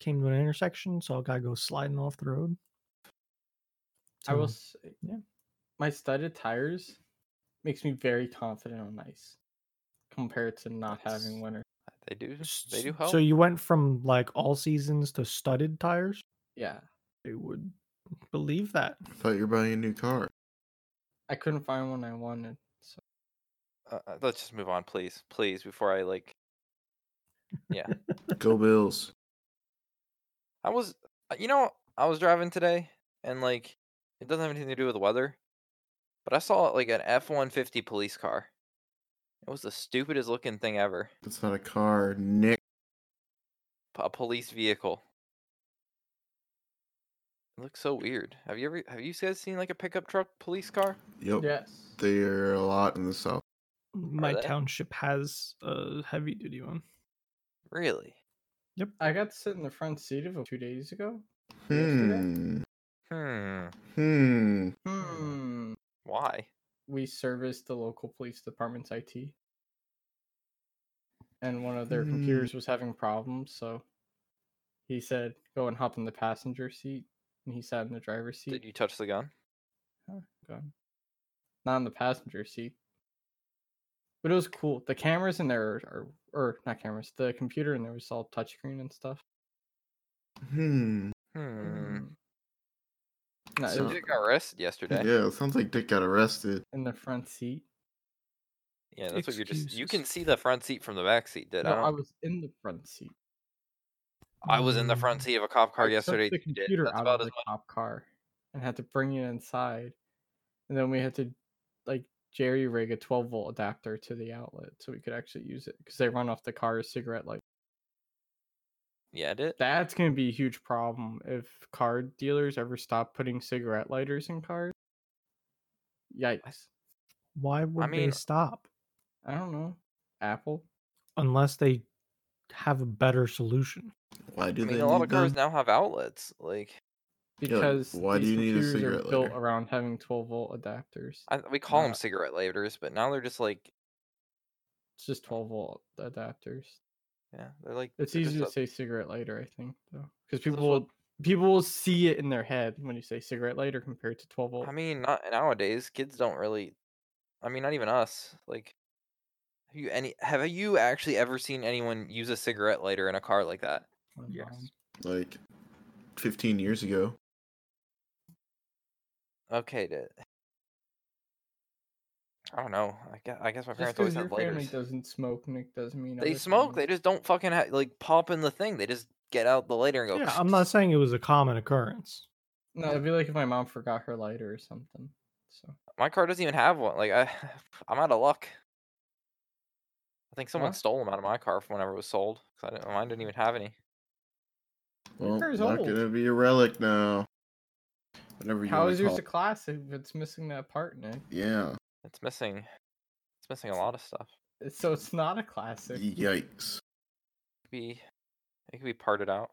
[SPEAKER 4] Came to an intersection, so a guy goes sliding off the road.
[SPEAKER 3] I will
[SPEAKER 4] So-
[SPEAKER 3] say,
[SPEAKER 4] yeah.
[SPEAKER 3] my studded tires makes me very confident on ice compared to not having
[SPEAKER 1] That's-
[SPEAKER 3] winter.
[SPEAKER 1] they do.
[SPEAKER 4] S-
[SPEAKER 1] They do
[SPEAKER 4] s-
[SPEAKER 1] help.
[SPEAKER 4] So you went from like all seasons to studded tires.
[SPEAKER 3] Yeah,
[SPEAKER 4] I would believe that.
[SPEAKER 2] I thought you were buying a new car.
[SPEAKER 3] I couldn't find one I wanted. So
[SPEAKER 1] uh, uh, let's just move on, please, please, before I like.
[SPEAKER 2] Go Bills.
[SPEAKER 1] I was, uh, you know, I was driving today, and like, it doesn't have anything to do with the weather, but I saw like an F one fifty police car. It was the stupidest looking thing ever.
[SPEAKER 2] That's not a car, Nick.
[SPEAKER 1] P- A police vehicle. It looks so weird. Have you ever? Have you guys seen like a pickup truck police car?
[SPEAKER 2] Yep.
[SPEAKER 3] yes,
[SPEAKER 2] They are a lot in the south.
[SPEAKER 4] My
[SPEAKER 1] they?
[SPEAKER 4] township has a heavy duty one.
[SPEAKER 1] Really?
[SPEAKER 3] I got to sit in the front seat of it two days ago.
[SPEAKER 2] Hmm.
[SPEAKER 3] Yesterday?
[SPEAKER 1] Hmm.
[SPEAKER 2] Hmm.
[SPEAKER 3] Hmm.
[SPEAKER 1] Why?
[SPEAKER 3] We service the local police department's IT, and one of their
[SPEAKER 1] Mm.
[SPEAKER 2] Hmm.
[SPEAKER 3] computers was having problems. So he said, "Go and hop in the passenger seat," and he sat in the driver's seat.
[SPEAKER 1] Did you touch the gun?
[SPEAKER 3] gun. Not in the passenger seat. But it was cool. The cameras in there are, or not cameras, the computer in there was all touchscreen and stuff.
[SPEAKER 2] Hmm.
[SPEAKER 4] Mm,
[SPEAKER 1] Hmm.
[SPEAKER 3] No, uh, it
[SPEAKER 2] So-
[SPEAKER 1] So
[SPEAKER 3] was
[SPEAKER 1] Dick got arrested yesterday.
[SPEAKER 2] Yeah, it sounds like Dick got arrested.
[SPEAKER 3] in the front seat.
[SPEAKER 1] Yeah, that's what you're just. You
[SPEAKER 4] Excuses.
[SPEAKER 1] can see the front seat from the back seat. Did
[SPEAKER 3] No,
[SPEAKER 1] I?
[SPEAKER 3] I
[SPEAKER 1] Don't,
[SPEAKER 3] was in the front seat.
[SPEAKER 1] I was in the front
[SPEAKER 4] Mm.
[SPEAKER 1] seat of a cop car
[SPEAKER 3] I took
[SPEAKER 1] yesterday.
[SPEAKER 3] The
[SPEAKER 1] too, Dit.
[SPEAKER 3] computer
[SPEAKER 1] That's
[SPEAKER 3] out
[SPEAKER 1] about as
[SPEAKER 3] of the cop car and had to bring it inside, and then we had to like jerry rig a 12 volt adapter to the outlet so we could actually use it because they run off the car's cigarette light.
[SPEAKER 1] Yeah, I did.
[SPEAKER 3] That's going to be a huge problem if car dealers ever stop putting cigarette lighters in cars. Yikes.
[SPEAKER 4] Why would they
[SPEAKER 1] mean-
[SPEAKER 4] stop
[SPEAKER 3] I don't know. Apple?
[SPEAKER 4] unless they have a better solution?
[SPEAKER 2] Why do
[SPEAKER 1] I mean,
[SPEAKER 2] they
[SPEAKER 1] a lot
[SPEAKER 2] need
[SPEAKER 1] of cars
[SPEAKER 2] them?
[SPEAKER 1] now have outlets. Like,
[SPEAKER 2] Yeah, like,
[SPEAKER 3] Because
[SPEAKER 2] why do
[SPEAKER 3] these
[SPEAKER 2] you need a
[SPEAKER 3] computers are
[SPEAKER 2] cigarette
[SPEAKER 3] built
[SPEAKER 2] lighter?
[SPEAKER 3] around having 12 volt adapters.
[SPEAKER 1] I, we call them
[SPEAKER 3] Not-
[SPEAKER 1] cigarette lighters, but now they're just like,
[SPEAKER 3] It's just 12 volt adapters.
[SPEAKER 1] yeah, they're like.
[SPEAKER 3] It's
[SPEAKER 1] they're just
[SPEAKER 3] easier to
[SPEAKER 1] a-
[SPEAKER 3] say cigarette lighter, I think, though. Because
[SPEAKER 1] that's
[SPEAKER 3] people
[SPEAKER 1] what-
[SPEAKER 3] will people will see it in their head when you say cigarette lighter compared to 12 volt.
[SPEAKER 1] I mean, not nowadays. Kids don't really. I mean, not even us. Like, have you any? Have you actually ever seen anyone use a cigarette lighter in a car like that?
[SPEAKER 3] Oh,
[SPEAKER 4] Yes.
[SPEAKER 2] Like 15 years ago.
[SPEAKER 1] Okay, did. I don't know. I guess, I guess my
[SPEAKER 3] Just
[SPEAKER 1] parents
[SPEAKER 3] because
[SPEAKER 1] always
[SPEAKER 3] your
[SPEAKER 1] had
[SPEAKER 3] family
[SPEAKER 1] lighters.
[SPEAKER 3] doesn't smoke, Nick, doesn't mean
[SPEAKER 1] They
[SPEAKER 3] other
[SPEAKER 1] smoke. They
[SPEAKER 3] families-
[SPEAKER 1] just don't fucking ha- like pop in the thing. They just get out the lighter and go.
[SPEAKER 4] Yeah, I'm not saying it was a common occurrence.
[SPEAKER 3] No, it'd be like if my mom forgot her lighter or something. So
[SPEAKER 1] My car doesn't even have one. Like I, I'm out of luck. I think someone
[SPEAKER 3] Huh?
[SPEAKER 1] stole them out of my car from whenever it was sold. 'cause I didn't, mine didn't even have any.
[SPEAKER 2] Well,
[SPEAKER 3] car's
[SPEAKER 2] not
[SPEAKER 3] old.
[SPEAKER 2] gonna be a relic now. Whatever you
[SPEAKER 3] how
[SPEAKER 2] wanna
[SPEAKER 3] is yours
[SPEAKER 2] call
[SPEAKER 3] a
[SPEAKER 2] it.
[SPEAKER 3] classic if it's missing that part, Nick?
[SPEAKER 2] Yeah.
[SPEAKER 1] It's missing. It's missing a lot of stuff.
[SPEAKER 3] It's- So it's not a classic.
[SPEAKER 2] Yikes.
[SPEAKER 1] It could be, it could be parted out.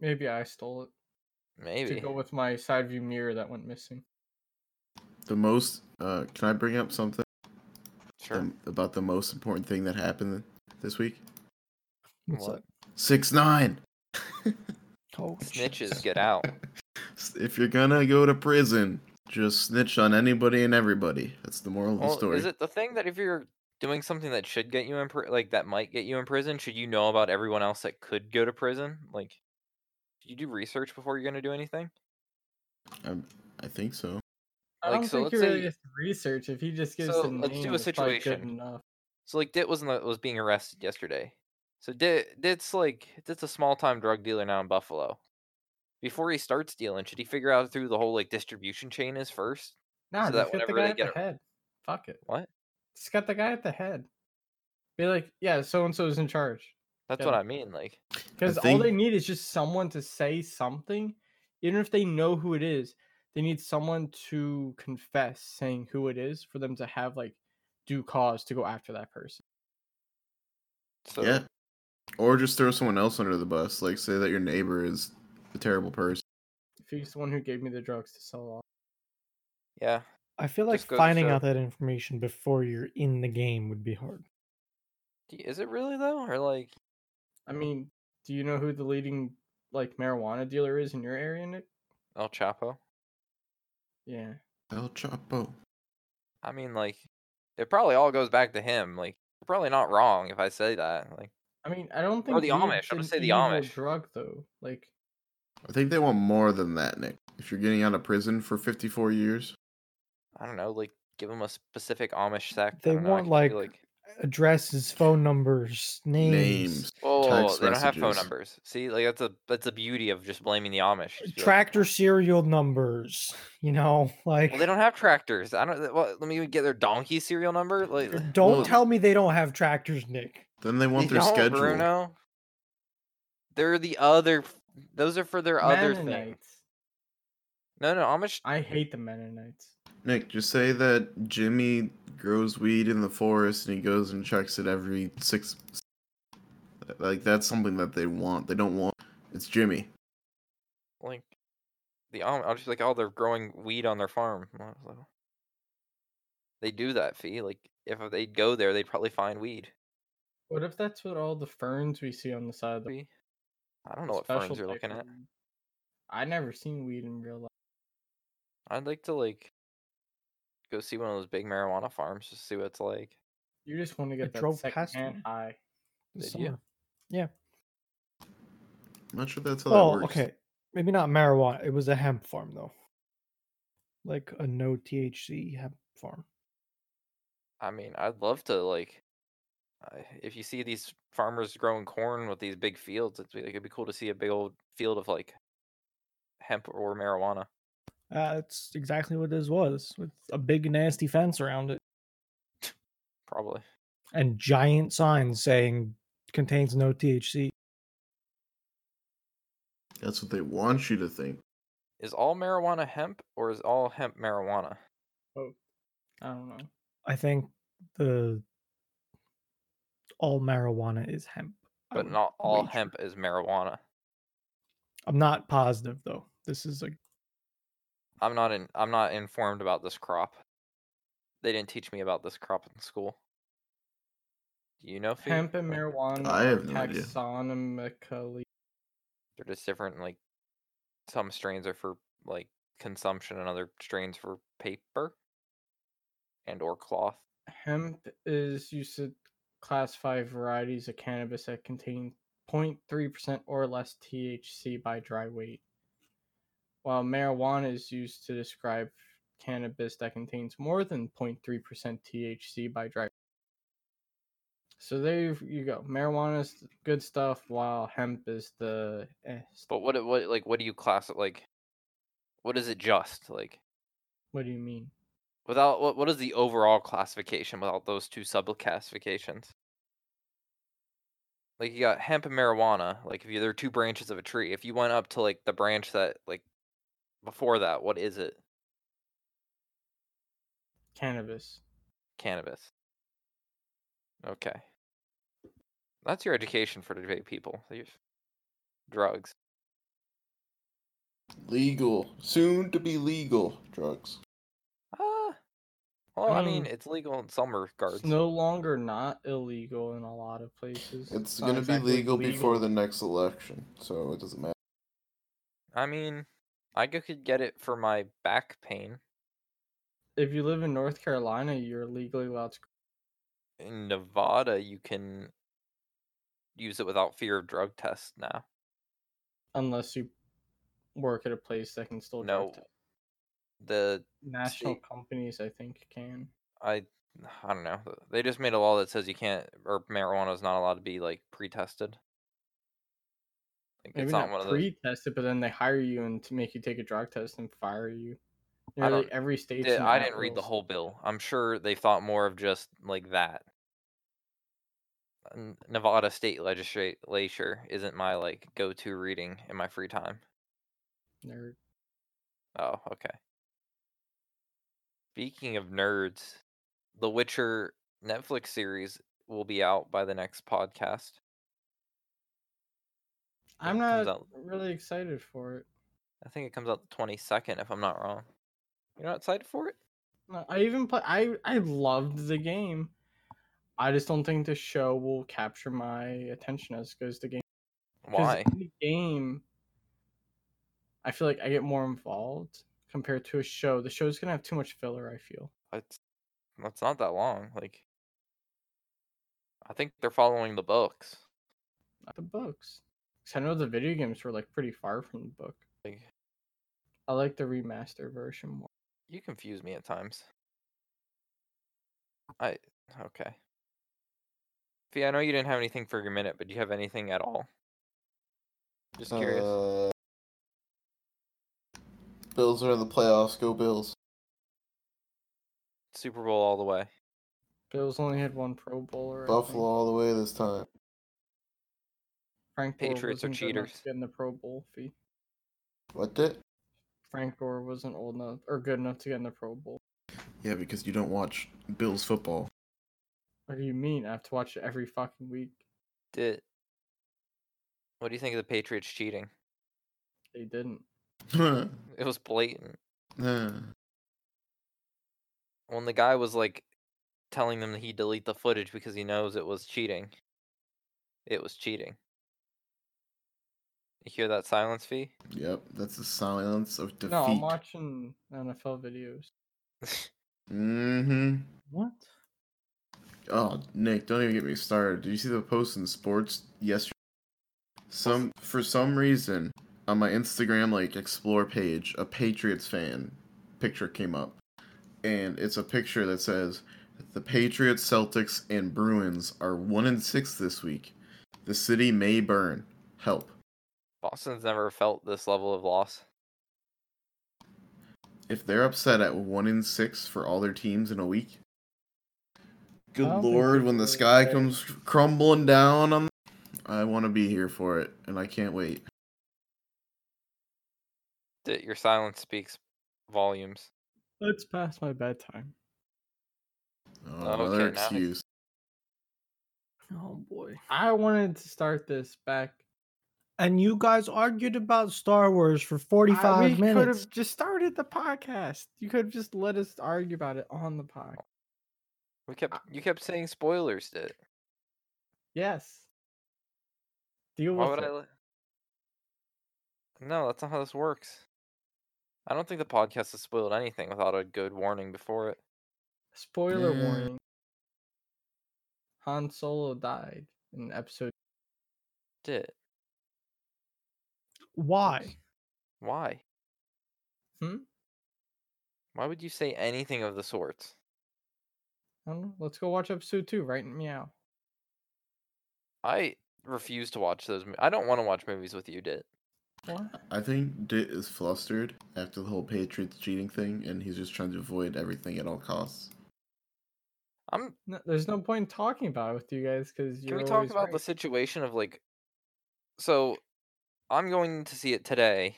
[SPEAKER 3] Maybe I stole it
[SPEAKER 1] Maybe.
[SPEAKER 3] to go with my side view mirror that went missing.
[SPEAKER 2] The most. Uh, can I bring up something
[SPEAKER 1] Sure.
[SPEAKER 2] um, about the most important thing that happened this week?
[SPEAKER 1] What's What?
[SPEAKER 2] Six nine.
[SPEAKER 3] Oh,
[SPEAKER 1] Snitches get out.
[SPEAKER 2] if you're gonna go to prison, just snitch on anybody and everybody. That's the moral of the
[SPEAKER 1] Well,
[SPEAKER 2] story.
[SPEAKER 1] is it the thing that if you're doing something that should get you in pri- like that might get you in prison, should you know about everyone else that could go to prison? Like, should you do research before you're gonna do anything?
[SPEAKER 2] I think so.
[SPEAKER 3] I
[SPEAKER 1] Like,
[SPEAKER 3] don't
[SPEAKER 1] so
[SPEAKER 3] think
[SPEAKER 1] let's
[SPEAKER 3] you
[SPEAKER 1] say-
[SPEAKER 3] really have to research. If he just gives
[SPEAKER 1] So
[SPEAKER 3] the
[SPEAKER 1] let's do
[SPEAKER 3] name,
[SPEAKER 1] a
[SPEAKER 3] it's probably good
[SPEAKER 1] situation.
[SPEAKER 3] enough.
[SPEAKER 1] So like Dit was not was being arrested yesterday. So Dit Dit's like Dit's a small time drug dealer now in Buffalo. Before he starts dealing, should he figure out through the whole like distribution chain is first?
[SPEAKER 3] Nah,
[SPEAKER 1] So that
[SPEAKER 3] just get the
[SPEAKER 1] whenever they
[SPEAKER 3] guy at
[SPEAKER 1] get
[SPEAKER 3] the head. Fuck it.
[SPEAKER 1] What?
[SPEAKER 3] Just got the guy at the head. Be like, yeah, so and so is in charge.
[SPEAKER 1] That's
[SPEAKER 3] Yeah.
[SPEAKER 1] what I mean. Like
[SPEAKER 3] Because all
[SPEAKER 2] think-
[SPEAKER 3] they need is just someone to say something, even if they know who it is. They need someone to confess saying who it is for them to have like due cause to go after that person.
[SPEAKER 1] so
[SPEAKER 2] yeah. Or just throw someone else under the bus. Like say that your neighbor is a terrible person.
[SPEAKER 3] If he's the one who gave me the drugs to sell off,
[SPEAKER 1] yeah.
[SPEAKER 4] I feel like
[SPEAKER 1] Just goes to
[SPEAKER 4] finding
[SPEAKER 1] show-
[SPEAKER 4] out that information before you're in the game would be hard.
[SPEAKER 1] D- Is it really though? Or like
[SPEAKER 3] I mean, do you know who the leading like marijuana dealer is in your area, Nick?
[SPEAKER 1] El Chapo?
[SPEAKER 3] Yeah.
[SPEAKER 2] El Chapo.
[SPEAKER 1] I mean like it probably all goes back to him. Like you're probably not wrong if I say that. Like
[SPEAKER 3] I mean, I don't think
[SPEAKER 1] Or Oh, the Amish, I'm
[SPEAKER 3] weed's
[SPEAKER 1] gonna
[SPEAKER 3] an
[SPEAKER 1] say the
[SPEAKER 3] evil
[SPEAKER 1] Amish.
[SPEAKER 3] drug though. Like,
[SPEAKER 2] I think they want more than that, Nick. If you're getting out of prison for 54 years,
[SPEAKER 1] I don't know, like give him a specific Amish sect. I
[SPEAKER 4] They
[SPEAKER 1] don't know, I
[SPEAKER 4] want,
[SPEAKER 1] could be
[SPEAKER 4] like, Addresses, phone numbers, names.
[SPEAKER 2] names.
[SPEAKER 1] Oh,
[SPEAKER 2] text
[SPEAKER 1] they don't have phone
[SPEAKER 2] messages.
[SPEAKER 1] numbers. See, like that's a that's the beauty of just blaming the Amish. Just be like,
[SPEAKER 4] tractor serial numbers. You know, like uh,
[SPEAKER 1] Well, they don't have tractors. I don't. Well, let me get their donkey serial number. Like,
[SPEAKER 4] don't,
[SPEAKER 2] Well-
[SPEAKER 4] tell me they don't have tractors, Nick.
[SPEAKER 2] Then they want their
[SPEAKER 1] no,
[SPEAKER 2] schedule.
[SPEAKER 1] Bruno. They're the other. f- Those are for their other thing.
[SPEAKER 3] Mennonites.
[SPEAKER 1] No, no, Amish.
[SPEAKER 3] I hate the Mennonites.
[SPEAKER 2] Nick, just say that Jimmy grows weed in the forest and he goes and checks it every six. Like that's something that they want. They don't want. It's Jimmy.
[SPEAKER 1] Like, the Am. I'll just be like, oh, they're growing weed on their farm. Well, so- They do that, fee. Like, if they'd go there, they'd probably find weed.
[SPEAKER 3] What if that's what all the ferns we see on the side of the
[SPEAKER 1] Fee. I don't know what
[SPEAKER 3] special
[SPEAKER 1] ferns you're
[SPEAKER 3] type
[SPEAKER 1] looking
[SPEAKER 3] of
[SPEAKER 1] at.
[SPEAKER 3] weed? I never seen weed in real life.
[SPEAKER 1] I'd like to like go see one of those big marijuana farms just see what it's like.
[SPEAKER 3] You just want to get that
[SPEAKER 4] drove past
[SPEAKER 3] secondhand
[SPEAKER 4] one.
[SPEAKER 3] high.
[SPEAKER 4] this
[SPEAKER 1] Did you?
[SPEAKER 4] summer.
[SPEAKER 2] I'm not sure that's how that
[SPEAKER 4] Well,
[SPEAKER 2] works.
[SPEAKER 4] Oh, okay, maybe not marijuana. It was a hemp farm though, like a no THC hemp farm.
[SPEAKER 1] I mean, I'd love to like I if you see these farmers growing corn with these big fields, it'd be, it'd be cool to see a big old field of like hemp or marijuana.
[SPEAKER 4] Uh, that's exactly what this was, with a big nasty fence around it
[SPEAKER 1] Probably.
[SPEAKER 4] and giant signs saying contains no THC.
[SPEAKER 2] That's what they want you to think.
[SPEAKER 1] Is all marijuana hemp or is all hemp marijuana?
[SPEAKER 3] I don't know.
[SPEAKER 4] I think the all marijuana is hemp. I
[SPEAKER 1] But
[SPEAKER 4] would
[SPEAKER 1] not all
[SPEAKER 4] wager.
[SPEAKER 1] hemp is marijuana.
[SPEAKER 4] I'm not positive though. This is a
[SPEAKER 1] I'm not in I'm not informed about this crop. They didn't teach me about this crop in school. Do you know Fee?
[SPEAKER 3] Hemp and
[SPEAKER 1] Like,
[SPEAKER 3] marijuana
[SPEAKER 2] I
[SPEAKER 3] are
[SPEAKER 2] have no idea.
[SPEAKER 3] taxonomically.
[SPEAKER 1] they're just different like some strains are for like consumption and other strains for paper and or cloth
[SPEAKER 3] Hemp is used to classify varieties of cannabis that contain 0.3% or less THC by dry weight, while marijuana is used to describe cannabis that contains more than 0.3% THC by dry So there you you go. Marijuana is good stuff, while hemp is the eh, stuff.
[SPEAKER 1] But what what like what do you class it like? What is it just like
[SPEAKER 3] What do you mean?
[SPEAKER 1] without what what is the overall classification without those two subclassifications? Like you got hemp and marijuana. Like if you there are two branches of a tree. If you went up to like the branch that like before that, what is it?
[SPEAKER 3] Cannabis.
[SPEAKER 1] Cannabis. Okay. That's your education for today, people. You've- Drugs.
[SPEAKER 2] Legal. Soon to be legal drugs.
[SPEAKER 1] Ah. Well, I
[SPEAKER 3] mean,
[SPEAKER 1] mean, it's legal in some regards.
[SPEAKER 3] It's no longer not illegal in a lot of places.
[SPEAKER 2] It's
[SPEAKER 3] not
[SPEAKER 2] gonna
[SPEAKER 3] exactly
[SPEAKER 2] be legal, before the next election, so it doesn't matter.
[SPEAKER 1] I mean, I g- could get it for my back pain
[SPEAKER 3] If you live in North Carolina, you're legally allowed to.
[SPEAKER 1] in Nevada. You can use it without fear of drug tests now.
[SPEAKER 3] unless you work at a place that can still
[SPEAKER 1] No,
[SPEAKER 3] drug test.
[SPEAKER 1] The
[SPEAKER 3] national
[SPEAKER 1] state-
[SPEAKER 3] companies i think can
[SPEAKER 1] I I don't know. uh, They just made a law that says you can't or marijuana is not allowed to be like pre-tested. Like,
[SPEAKER 3] maybe
[SPEAKER 1] it's
[SPEAKER 3] not,
[SPEAKER 1] not, one of those.
[SPEAKER 3] pre-test it but then they hire you and to make you take a drug test and fire you
[SPEAKER 1] I
[SPEAKER 3] Nearly
[SPEAKER 1] don't-
[SPEAKER 3] every state
[SPEAKER 1] Di- I didn't read the whole bill. I'm sure they thought more of just like that. N- Nevada state legislature isn't my like go-to reading in my free time.
[SPEAKER 3] nerd
[SPEAKER 1] Oh, okay. Speaking of nerds, The Witcher Netflix series will be out by the next podcast.
[SPEAKER 3] i'm
[SPEAKER 1] it comes
[SPEAKER 3] not
[SPEAKER 1] out-
[SPEAKER 3] really excited for it
[SPEAKER 1] I think it comes out the 22nd, if I'm not wrong. You're not excited for it?
[SPEAKER 3] No, i even play i i loved the game i just don't think the show will capture my attention as good as the game 'Cause
[SPEAKER 1] Why?
[SPEAKER 3] in the game i feel like i get more involved compared to a show the show's gonna have too much filler i feel
[SPEAKER 1] It's that's not that long. Like, I think they're following the books.
[SPEAKER 3] not the books. 'Cause I know the video games were like pretty far from the book.
[SPEAKER 1] Like,
[SPEAKER 3] I like the remastered version more.
[SPEAKER 1] you confuse me at times. I okay. Fee, I know you didn't have anything for your minute, but do you have anything at all? Just curious.
[SPEAKER 2] Uh, Bills are in the playoffs. Go Bills.
[SPEAKER 1] Super Bowl all the way.
[SPEAKER 3] Bills only had one Pro Bowler. I think.
[SPEAKER 2] Buffalo all the way this time.
[SPEAKER 3] Frank Gore
[SPEAKER 1] Patriots are
[SPEAKER 3] wasn't good enough to
[SPEAKER 1] cheaters.
[SPEAKER 3] Get in the Pro Bowl fee.
[SPEAKER 2] What did?
[SPEAKER 3] Frank Gore wasn't old enough or good enough to get in the Pro Bowl.
[SPEAKER 2] Yeah, because you don't watch Bills football.
[SPEAKER 3] What do you mean? I have to watch it every fucking week.
[SPEAKER 1] Did what do you think of the Patriots cheating?
[SPEAKER 3] They didn't.
[SPEAKER 1] It was blatant.
[SPEAKER 2] That's
[SPEAKER 1] When the guy was like telling them that he delete the footage because he knows it was cheating. It was cheating. You hear that silence fee?
[SPEAKER 2] Yep, that's the silence of defeat.
[SPEAKER 3] No, I'm watching NFL videos.
[SPEAKER 2] Mm-hmm.
[SPEAKER 4] What?
[SPEAKER 2] Oh, Nick, don't even get me started. Did you see the post in sports yesterday? Some for some reason on my Instagram like explore page, a Patriots fan picture came up. And it's a picture that says the Patriots, Celtics, and Bruins are one and six this week. The city may burn. Help.
[SPEAKER 1] Boston's never felt this level of loss.
[SPEAKER 2] If they're upset at one in six for all their teams in a week. Good
[SPEAKER 3] I don't think
[SPEAKER 2] lord,
[SPEAKER 3] they
[SPEAKER 2] when the
[SPEAKER 3] really
[SPEAKER 2] sky
[SPEAKER 3] care.
[SPEAKER 2] comes crumbling down on I want to be here for it, and I can't wait.
[SPEAKER 1] That your silence speaks volumes.
[SPEAKER 3] It's past my bedtime.
[SPEAKER 2] Oh,
[SPEAKER 1] Okay,
[SPEAKER 2] another
[SPEAKER 1] now-
[SPEAKER 2] excuse.
[SPEAKER 4] Oh boy.
[SPEAKER 3] I wanted to start this back.
[SPEAKER 4] And you guys argued about Star Wars for 45
[SPEAKER 3] I, we could
[SPEAKER 4] minutes.
[SPEAKER 3] have just started the podcast. You could have just let us argue about it on the podcast.
[SPEAKER 1] We kept
[SPEAKER 3] Ah.
[SPEAKER 1] you kept saying spoilers. Did
[SPEAKER 3] Yes. Deal
[SPEAKER 1] why
[SPEAKER 3] with
[SPEAKER 1] would
[SPEAKER 3] it.
[SPEAKER 1] I? Li- no, that's not how this works. I don't think the podcast has spoiled anything without a good warning before it.
[SPEAKER 3] Spoiler
[SPEAKER 2] Yeah.
[SPEAKER 3] warning. Han Solo died in episode.
[SPEAKER 1] Did
[SPEAKER 4] Why?
[SPEAKER 1] why?
[SPEAKER 3] Hmm?
[SPEAKER 1] Why would you say anything of the sorts?
[SPEAKER 3] Oh, I don't know. Let's go watch episode two. Right meow.
[SPEAKER 1] I refuse to watch those. mo- I don't want to watch movies with you, Dit.
[SPEAKER 2] I think Dit is flustered after the whole Patriots cheating thing, and he's just trying to avoid everything at all costs.
[SPEAKER 1] I'm.
[SPEAKER 3] No, there's no point in talking about it with you guys because
[SPEAKER 1] Can we talk about the situation of like? So, I'm going to see it today,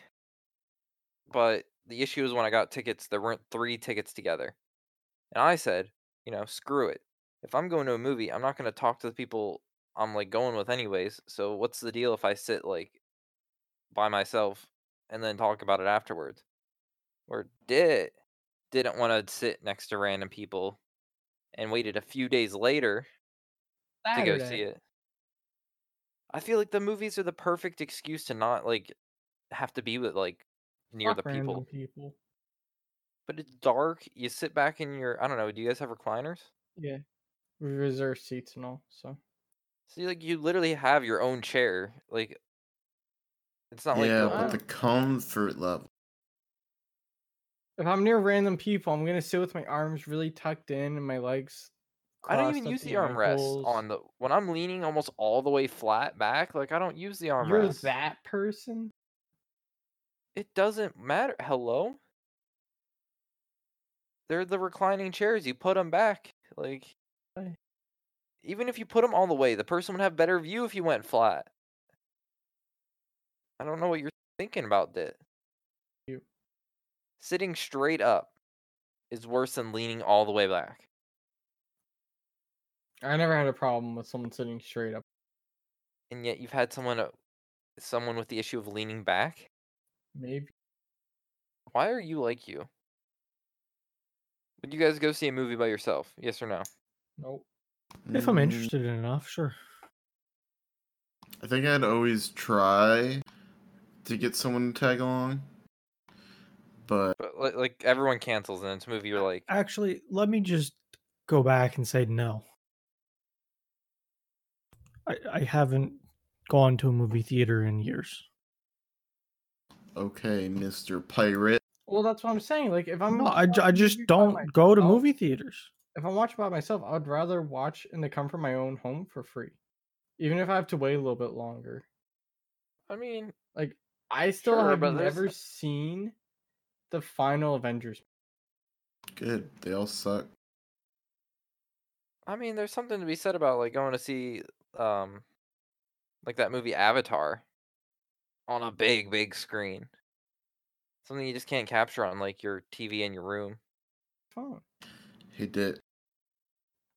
[SPEAKER 1] but the issue is when I got tickets, there weren't three tickets together, and I said, you know, screw it. If I'm going to a movie, I'm not going to talk to the people I'm like going with anyways. So what's the deal if I sit like by myself and then talk about it afterwards? Or did didn't want to sit next to random people and waited a few days later to go see it. I feel like the movies are the perfect excuse to not like have to be with like near the people.
[SPEAKER 3] people.
[SPEAKER 1] But it's dark. You sit back in your I don't know. Do you guys have recliners?
[SPEAKER 3] Yeah, we reserve seats and all. So
[SPEAKER 1] See, like you literally have your own chair. Like it's not
[SPEAKER 2] yeah,
[SPEAKER 1] like
[SPEAKER 2] but
[SPEAKER 1] the-
[SPEAKER 2] the comfort level.
[SPEAKER 3] if I'm near random people, I'm gonna sit with my arms really tucked in and my legs.
[SPEAKER 1] I don't
[SPEAKER 3] crossed
[SPEAKER 1] even
[SPEAKER 3] at
[SPEAKER 1] use the
[SPEAKER 3] ankles.
[SPEAKER 1] armrest on the when I'm leaning almost all the way flat back. Like I don't use the
[SPEAKER 3] You're
[SPEAKER 1] armrest.
[SPEAKER 3] that person.
[SPEAKER 1] It doesn't matter. Hello. They're the reclining chairs. You put them back. Like
[SPEAKER 3] Right.
[SPEAKER 1] even if you put them all the way, the person would have better view if you went flat. I don't know what you're thinking about, Dit.
[SPEAKER 3] You.
[SPEAKER 1] Sitting straight up is worse than leaning all the way back.
[SPEAKER 3] I never had a problem with someone sitting straight up.
[SPEAKER 1] and yet you've had someone uh, someone with the issue of leaning back
[SPEAKER 3] Maybe
[SPEAKER 1] why are you like you would you guys go see a movie by yourself yes or no
[SPEAKER 3] nope.
[SPEAKER 4] If I'm
[SPEAKER 2] Mm,
[SPEAKER 4] interested in enough, sure.
[SPEAKER 2] I think I'd always try to get someone to tag along, but
[SPEAKER 1] but li- like everyone cancels and it's a movie you're like
[SPEAKER 4] Actually, let me just go back and say no. I, I haven't gone to a movie theater in years.
[SPEAKER 2] okay, Mister Pirate.
[SPEAKER 3] Well, that's what I'm saying. Like if I'm
[SPEAKER 4] No, I, ju- I
[SPEAKER 3] watching
[SPEAKER 4] just
[SPEAKER 3] movies by
[SPEAKER 4] don't go to
[SPEAKER 3] myself-
[SPEAKER 4] movie theaters.
[SPEAKER 3] if I'm watching by myself, I would rather watch in the comfort of my own home for free, even if I have to wait a little bit longer.
[SPEAKER 1] i mean
[SPEAKER 3] Like I still
[SPEAKER 1] Sure,
[SPEAKER 3] have
[SPEAKER 1] but there's-
[SPEAKER 3] never seen the final Avengers.
[SPEAKER 2] Good, they all suck.
[SPEAKER 1] i mean there's something to be said about like going to see um like that movie avatar on a big big screen something you just can't capture on like your tv in your room
[SPEAKER 3] Phone.
[SPEAKER 2] He did.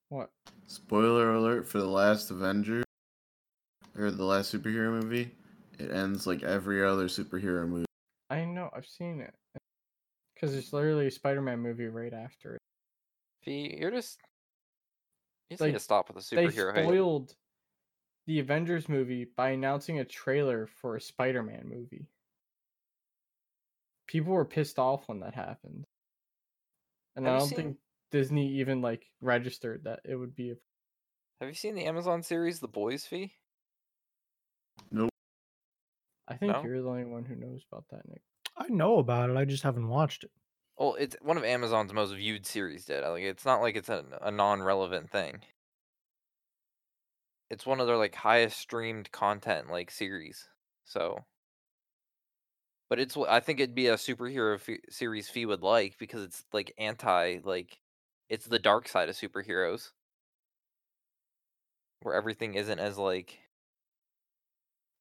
[SPEAKER 3] What?
[SPEAKER 2] Spoiler alert for the last Avenger or the last superhero movie. It ends like every other superhero movie.
[SPEAKER 3] I know. I've seen it. Because it's literally a Spider-Man movie right after it.
[SPEAKER 1] Fee, you're just you just
[SPEAKER 3] Like,
[SPEAKER 1] need to stop with the
[SPEAKER 3] They
[SPEAKER 1] superhero hate.
[SPEAKER 3] spoiled the Avengers movie by announcing a trailer for a Spider-Man movie. People were pissed off when that happened, and
[SPEAKER 1] Have
[SPEAKER 3] I
[SPEAKER 1] you
[SPEAKER 3] don't
[SPEAKER 1] seen-
[SPEAKER 3] think Disney even like registered that it would be. A...
[SPEAKER 1] Have you seen the Amazon series The Boys Fee?
[SPEAKER 3] I think
[SPEAKER 1] No?
[SPEAKER 3] you're the only one who knows about that, Nick.
[SPEAKER 4] I know about it. I just haven't watched it.
[SPEAKER 1] Well, it's one of Amazon's most viewed series. Did like it's not like it's a, a non-relevant thing. It's one of their like highest streamed content like series. So, but it's wh- I think it'd be a superhero fe series Fee would like because it's like anti like it's the dark side of superheroes where everything isn't as like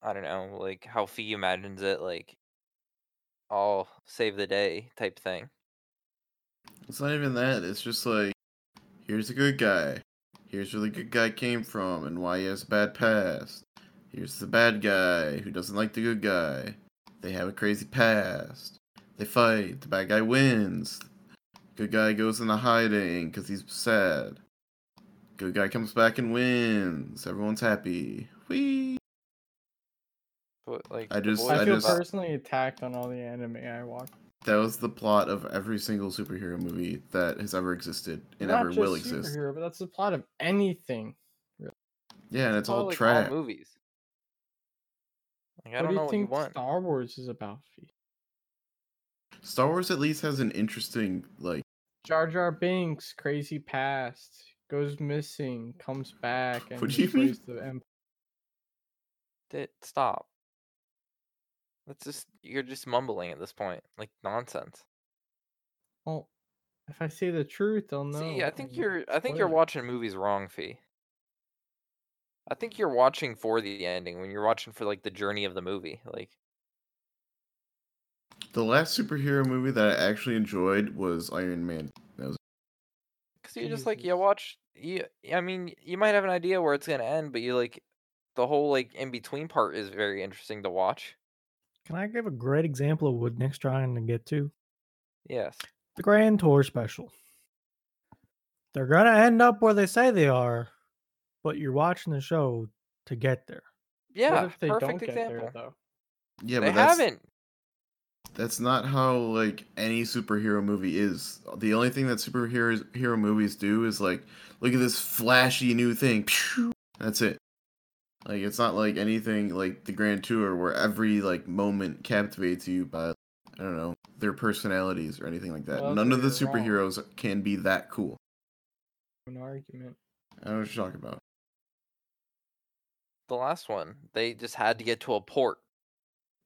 [SPEAKER 1] I don't know like how Fee imagines it like all save the day type thing.
[SPEAKER 2] It's not even that. It's just like, here's a good guy. Here's where the good guy came from and why he has a bad past. Here's the bad guy who doesn't like the good guy. They have a crazy past. They fight. The bad guy wins. Good guy goes into hiding because he's sad. Good guy comes back and wins. Everyone's happy. Whee!
[SPEAKER 1] But like
[SPEAKER 2] I
[SPEAKER 1] the
[SPEAKER 2] just-
[SPEAKER 1] boys
[SPEAKER 2] I
[SPEAKER 3] I
[SPEAKER 1] is
[SPEAKER 3] feel
[SPEAKER 2] just-
[SPEAKER 1] about-
[SPEAKER 3] personally attacked on all the anime I watch.
[SPEAKER 2] That was the plot of every single superhero movie that has ever existed and
[SPEAKER 3] Not
[SPEAKER 2] ever will
[SPEAKER 3] just
[SPEAKER 2] exist.
[SPEAKER 3] superhero, but that's the plot of anything.
[SPEAKER 2] Yeah, and it's
[SPEAKER 1] all,
[SPEAKER 2] all
[SPEAKER 1] like,
[SPEAKER 2] trash.
[SPEAKER 1] All movies. Like, I
[SPEAKER 3] what
[SPEAKER 1] don't
[SPEAKER 3] do
[SPEAKER 1] know
[SPEAKER 3] you
[SPEAKER 1] what you
[SPEAKER 3] think
[SPEAKER 1] want.
[SPEAKER 3] Star Wars is about? Fee?
[SPEAKER 2] Star Wars at least has an interesting like
[SPEAKER 3] Jar Jar Binks, crazy past, goes missing, comes back, and
[SPEAKER 2] What do you mean?
[SPEAKER 3] destroys the empire.
[SPEAKER 1] Dit, stop. That's just you're just mumbling at this point, like nonsense.
[SPEAKER 3] Well, if I say the truth, they'll know.
[SPEAKER 1] See, I think you're I think
[SPEAKER 3] spoil
[SPEAKER 1] you're
[SPEAKER 3] it.
[SPEAKER 1] watching movies wrong, Fee. I think you're watching for the ending when you're watching for like the journey of the movie. Like
[SPEAKER 2] The last superhero movie that I actually enjoyed was Iron Man.
[SPEAKER 1] Because you're just like, you
[SPEAKER 3] Jesus.
[SPEAKER 1] watch, you, I mean, you might have an idea where it's going to end, but you like, the whole like in between part is very interesting to watch.
[SPEAKER 4] Can I give a great example of what Nick's trying to get to?
[SPEAKER 1] Yes.
[SPEAKER 4] The Grand Tour special. They're going to end up where they say they are, but you're watching the show to get there.
[SPEAKER 1] Yeah.
[SPEAKER 3] if they
[SPEAKER 1] Perfect
[SPEAKER 3] don't get there,
[SPEAKER 1] example.
[SPEAKER 3] though?
[SPEAKER 2] Yeah,
[SPEAKER 1] they
[SPEAKER 2] but that's
[SPEAKER 1] haven't.
[SPEAKER 2] that's not how like any superhero movie is. The only thing that superheroes hero movies do is like, look at this flashy new thing. Pew! That's it. Like it's not like anything like the Grand Tour where every like moment captivates you by I don't know their personalities or anything like that.
[SPEAKER 3] Well,
[SPEAKER 2] None of the
[SPEAKER 3] you're wrong.
[SPEAKER 2] superheroes can be that cool.
[SPEAKER 3] An argument.
[SPEAKER 2] I don't know what you're talking about.
[SPEAKER 1] The last one, they just had to get to a port.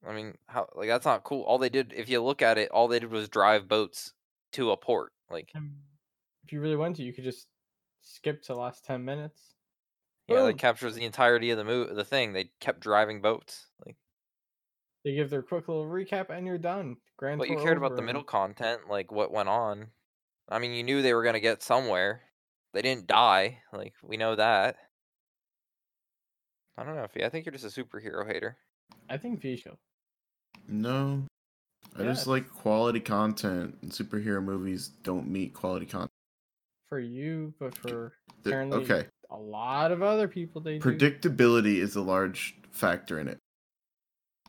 [SPEAKER 1] I mean, how, like, that's not cool. All they did, if you look at it, all they did was drive boats to a port. Like,
[SPEAKER 3] If you really want to, you could just skip to the last ten minutes.
[SPEAKER 1] yeah, that
[SPEAKER 3] Boom.
[SPEAKER 1] captures the entirety of the mo- the thing. They kept driving boats. Like,
[SPEAKER 3] They give their quick little recap, and you're done. Grand.
[SPEAKER 1] but you
[SPEAKER 3] Tour
[SPEAKER 1] cared about
[SPEAKER 3] over
[SPEAKER 1] the
[SPEAKER 3] and-
[SPEAKER 1] middle content, like what went on. I mean, you knew they were gonna get somewhere. They didn't die, like we know that. I don't know, Fee. I think you're just a superhero hater.
[SPEAKER 3] I think Visho.
[SPEAKER 2] No. I just
[SPEAKER 3] Yes.
[SPEAKER 2] like quality content, and superhero movies don't meet quality content.
[SPEAKER 3] for you, but for
[SPEAKER 2] Th-
[SPEAKER 3] Apparently-
[SPEAKER 2] Okay.
[SPEAKER 3] a lot of other people, they do.
[SPEAKER 2] Predictability is a large factor in it.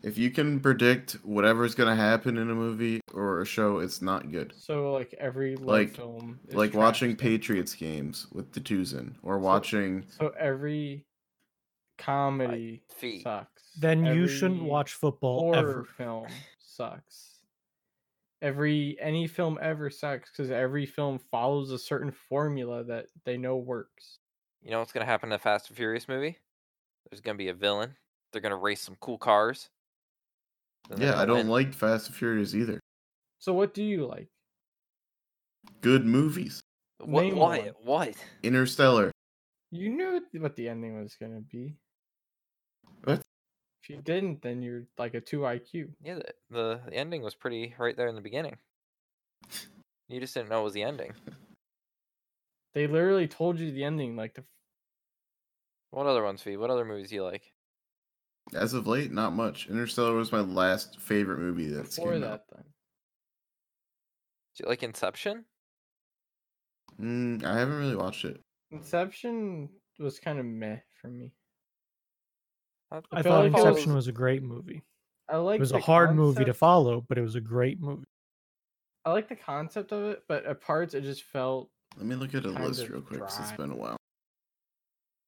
[SPEAKER 2] If you can predict whatever's going to happen in a movie or a show, it's not good.
[SPEAKER 3] So like every Lego
[SPEAKER 2] Like-
[SPEAKER 3] film, is
[SPEAKER 2] Like
[SPEAKER 3] trash
[SPEAKER 2] watching
[SPEAKER 3] then.
[SPEAKER 2] Patriots games with the twos in, or watching.
[SPEAKER 3] So every comedy
[SPEAKER 1] Fee.
[SPEAKER 3] sucks.
[SPEAKER 4] Then you shouldn't
[SPEAKER 3] Every
[SPEAKER 4] watch football
[SPEAKER 3] horror
[SPEAKER 4] ever.
[SPEAKER 3] film sucks. Every any film ever sucks because every film follows a certain formula that they know works.
[SPEAKER 1] You know what's gonna happen in a Fast and Furious movie? There's gonna be a villain. They're gonna race some cool cars.
[SPEAKER 3] uh,
[SPEAKER 1] then they're
[SPEAKER 2] Yeah, I
[SPEAKER 1] gonna win.
[SPEAKER 2] don't like Fast and Furious either.
[SPEAKER 3] So what do you like?
[SPEAKER 2] Good movies.
[SPEAKER 1] What?
[SPEAKER 3] name
[SPEAKER 1] what?
[SPEAKER 3] one.
[SPEAKER 1] What?
[SPEAKER 2] Interstellar.
[SPEAKER 3] You knew what the ending was gonna be.
[SPEAKER 2] What?
[SPEAKER 3] If you didn't, then you're like a two IQ.
[SPEAKER 1] Yeah, the, the the ending was pretty right there in the beginning. You just didn't know it was the ending.
[SPEAKER 3] They literally told you the ending like the
[SPEAKER 1] What other ones, Fee? What other movies do you like?
[SPEAKER 2] As of late, not much. Interstellar was my last favorite movie that's
[SPEAKER 3] before
[SPEAKER 2] came
[SPEAKER 3] that
[SPEAKER 2] out.
[SPEAKER 3] then.
[SPEAKER 1] Do you like Inception?
[SPEAKER 2] Mm, I haven't really watched it.
[SPEAKER 3] Inception was kind of meh for me.
[SPEAKER 1] That-
[SPEAKER 4] I
[SPEAKER 3] feel
[SPEAKER 4] thought
[SPEAKER 3] like it
[SPEAKER 4] Inception
[SPEAKER 1] was-
[SPEAKER 4] was a great movie.
[SPEAKER 3] I like
[SPEAKER 4] It was
[SPEAKER 3] the
[SPEAKER 4] a hard movie to
[SPEAKER 3] concept-
[SPEAKER 4] follow, but it was a great movie.
[SPEAKER 3] I like the concept of it, but at parts it just felt
[SPEAKER 2] Let me look at a
[SPEAKER 3] Kind
[SPEAKER 2] list
[SPEAKER 3] of
[SPEAKER 2] real quick 'cause it's
[SPEAKER 3] dry.
[SPEAKER 2] been a while.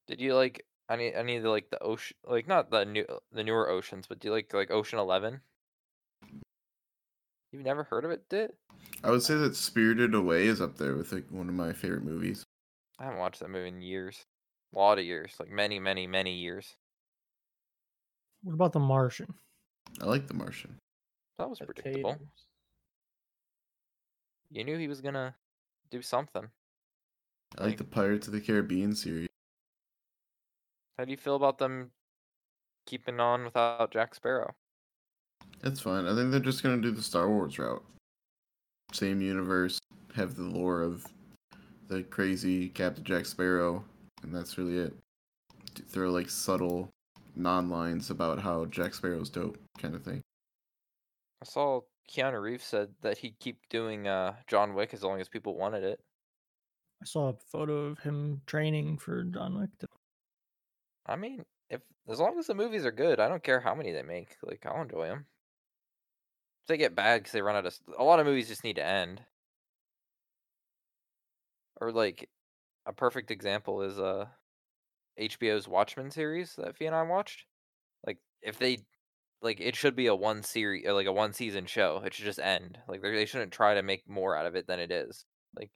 [SPEAKER 1] Did you like any any of the like the ocean like not the new the newer oceans, but do you like like Ocean Eleven? You've never heard of it, did?
[SPEAKER 2] I would say that Spirited Away is up there with like one of my favorite movies.
[SPEAKER 1] I haven't watched that movie in years, a lot of years, like many, many, many years.
[SPEAKER 4] What about The Martian?
[SPEAKER 2] I like The Martian.
[SPEAKER 1] That was
[SPEAKER 3] at
[SPEAKER 1] predictable.
[SPEAKER 3] taters.
[SPEAKER 1] You knew he was gonna do something.
[SPEAKER 2] I like the Pirates of the Caribbean series.
[SPEAKER 1] How do you feel about them keeping on without Jack Sparrow?
[SPEAKER 2] That's fine. I think they're just gonna do the Star Wars route. Same universe, have the lore of the crazy Captain Jack Sparrow, and that's really it. D- Throw like subtle non lines about how Jack Sparrow's dope, kind of thing.
[SPEAKER 1] I saw Keanu Reeves said that he'd keep doing uh, John Wick as long as people wanted it.
[SPEAKER 4] I saw a photo of him training for John Wick.
[SPEAKER 1] I mean, if as long as the movies are good, I don't care how many they make. Like, I'll enjoy them. If they get bad because they run out of s- a lot of movies, just need to end. Or like, a perfect example is uh, HBO's Watchmen series that Fee and I watched. Like, if they, like, it should be a one series, like a one season show. It should just end. Like, they they shouldn't try to make more out of it than it is. Like,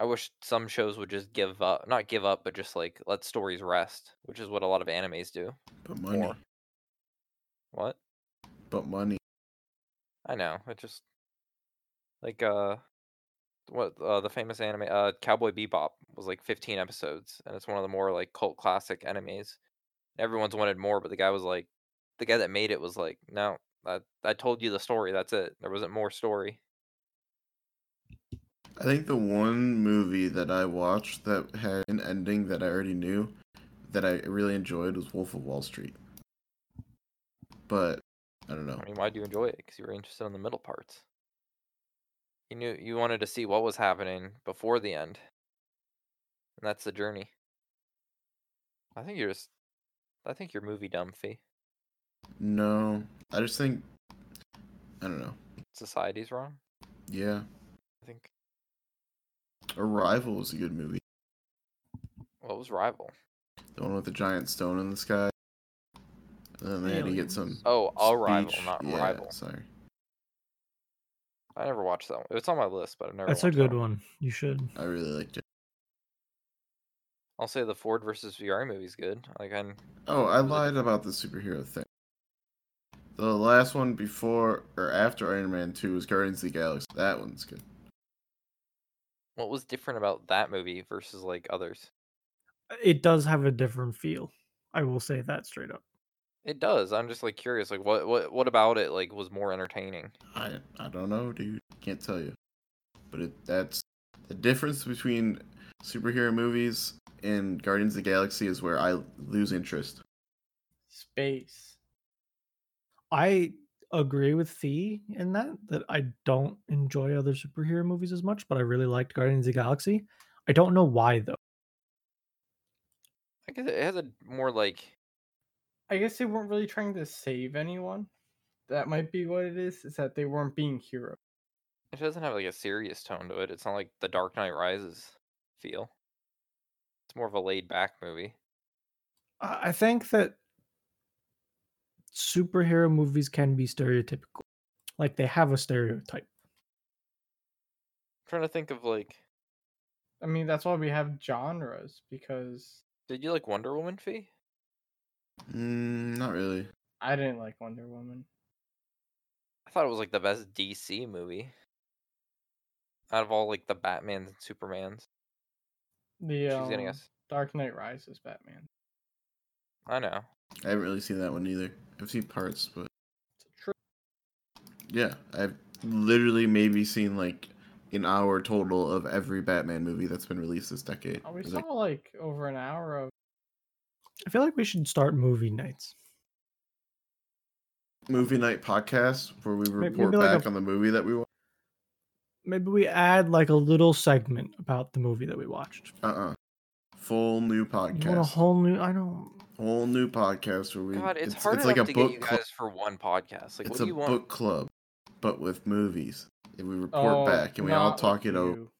[SPEAKER 1] I wish some shows would just give up, not give up, but just like let stories rest, which is what a lot of animes do.
[SPEAKER 2] But money.
[SPEAKER 1] Or- What?
[SPEAKER 2] But money.
[SPEAKER 1] I know. It just like uh what uh, the famous anime uh Cowboy Bebop was like 15 episodes and it's one of the more like cult classic animes. Everyone's wanted more, but the guy was like the guy that made it was like, "No, I I told you the story. That's it. There wasn't more story."
[SPEAKER 2] I think the one movie that I watched that had an ending that I already knew that I really enjoyed was Wolf of Wall Street. But I don't know.
[SPEAKER 1] I mean, why do you enjoy it? Cuz you were interested in the middle parts. You knew you wanted to see what was happening before the end. And that's the journey. I think you're just I think you're movie dumb, Fee.
[SPEAKER 2] No, I just think I don't know.
[SPEAKER 1] Society's wrong.
[SPEAKER 2] Yeah,
[SPEAKER 1] I think
[SPEAKER 2] Arrival was a good movie.
[SPEAKER 1] What was Rival?
[SPEAKER 2] The one with the giant stone in the sky. And then they had to get some.
[SPEAKER 4] Aliens.
[SPEAKER 1] Oh, Arrival,
[SPEAKER 2] speech-
[SPEAKER 1] not
[SPEAKER 2] yeah,
[SPEAKER 1] Rival.
[SPEAKER 2] Sorry.
[SPEAKER 1] I never watched that one. It's on my list, but I've never.
[SPEAKER 4] That's a
[SPEAKER 1] watched
[SPEAKER 4] good
[SPEAKER 1] that
[SPEAKER 4] one. You should.
[SPEAKER 2] I really liked it.
[SPEAKER 1] I'll say the Ford versus Ferrari movie's good. Like, I'm,
[SPEAKER 2] Oh, I lied about the superhero thing. The last one before or after Iron Man 2 was Guardians of the Galaxy. That one's good.
[SPEAKER 1] what was different about that movie versus like others?
[SPEAKER 4] Uh, It does have a different feel. I will say that straight up.
[SPEAKER 1] It does. I'm just like curious. Like, what, what, what about it? Like, was more entertaining?
[SPEAKER 2] I I don't know, dude. Can't tell you. But it, that's the difference between superhero movies and Guardians of the Galaxy is where I lose interest.
[SPEAKER 3] Space.
[SPEAKER 4] I agree with Fee in that that I don't enjoy other superhero movies as much, but I really liked Guardians of the Galaxy. I don't know why though.
[SPEAKER 1] I guess it has a more like.
[SPEAKER 3] I guess they weren't really trying to save anyone. That might be what it is. Is that they weren't being heroes.
[SPEAKER 1] It doesn't have like a serious tone to it. It's not like The Dark Knight Rises feel. It's more of a laid back movie.
[SPEAKER 4] I I think that superhero movies can be stereotypical. Like they have a stereotype.
[SPEAKER 1] I'm trying to think of like,
[SPEAKER 3] I mean, that's why we have genres because
[SPEAKER 1] did you like Wonder Woman, Fee?
[SPEAKER 2] Mm, not really.
[SPEAKER 3] I didn't like Wonder Woman.
[SPEAKER 1] I thought it was like the best DC movie out of all like the Batmans and Supermans.
[SPEAKER 3] The
[SPEAKER 1] She's getting
[SPEAKER 3] um,
[SPEAKER 1] us.
[SPEAKER 3] Dark Knight Rises Batman.
[SPEAKER 1] I know.
[SPEAKER 2] I haven't really seen that one either. I've seen parts, but
[SPEAKER 3] It's a true.
[SPEAKER 2] yeah, I've literally maybe seen like an hour total of every Batman movie that's been released this decade.
[SPEAKER 3] Oh, we
[SPEAKER 2] It's like-
[SPEAKER 3] saw like over an hour of.
[SPEAKER 4] I feel like we should start movie nights.
[SPEAKER 2] movie night podcast where we
[SPEAKER 4] Maybe-
[SPEAKER 2] report
[SPEAKER 4] maybe like a-
[SPEAKER 2] back on the movie that we watched.
[SPEAKER 4] Maybe we add like a little segment about the movie that we watched.
[SPEAKER 2] Uh uh Full new
[SPEAKER 4] You want a
[SPEAKER 2] podcast. Whole...
[SPEAKER 4] whole new? I don't.
[SPEAKER 2] new podcast where we.
[SPEAKER 1] God, it's, hard
[SPEAKER 2] like a
[SPEAKER 1] enough to
[SPEAKER 2] book
[SPEAKER 1] get you
[SPEAKER 2] club.
[SPEAKER 1] guys for one podcast. Like, what
[SPEAKER 2] it's
[SPEAKER 1] do
[SPEAKER 2] a
[SPEAKER 1] you want?
[SPEAKER 2] book club, but with movies. And we report
[SPEAKER 3] Oh,
[SPEAKER 2] back and we all
[SPEAKER 3] not
[SPEAKER 2] talk
[SPEAKER 3] with
[SPEAKER 2] it over
[SPEAKER 3] you.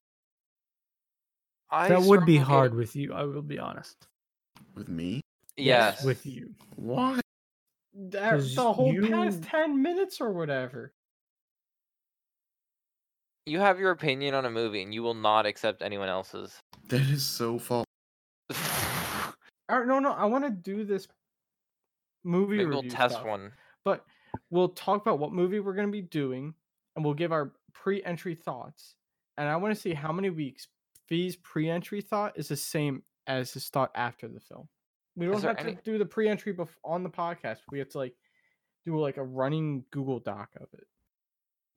[SPEAKER 1] I
[SPEAKER 4] that would be
[SPEAKER 1] struggle to-
[SPEAKER 4] hard with you. I will be honest.
[SPEAKER 2] with me.
[SPEAKER 1] Yes.
[SPEAKER 3] Yes.
[SPEAKER 4] With you,
[SPEAKER 2] Why?
[SPEAKER 3] That,
[SPEAKER 4] 'Cause
[SPEAKER 3] the whole
[SPEAKER 4] you-
[SPEAKER 3] past ten minutes or whatever.
[SPEAKER 1] You have your opinion on a movie and you will not accept anyone else's.
[SPEAKER 2] That is so false.
[SPEAKER 3] Or, no, no, I want to do this movie
[SPEAKER 1] Maybe
[SPEAKER 3] review
[SPEAKER 1] we'll test
[SPEAKER 3] stuff,
[SPEAKER 1] one.
[SPEAKER 3] but we'll talk about what movie we're going to be doing, and we'll give our pre-entry thoughts. And I want to see how many weeks Fee's pre-entry thought is the same as his thought after the film. We don't
[SPEAKER 1] there
[SPEAKER 3] have
[SPEAKER 1] any-
[SPEAKER 3] to do the pre-entry bef- on the podcast. We have to like do like a running Google Doc of it.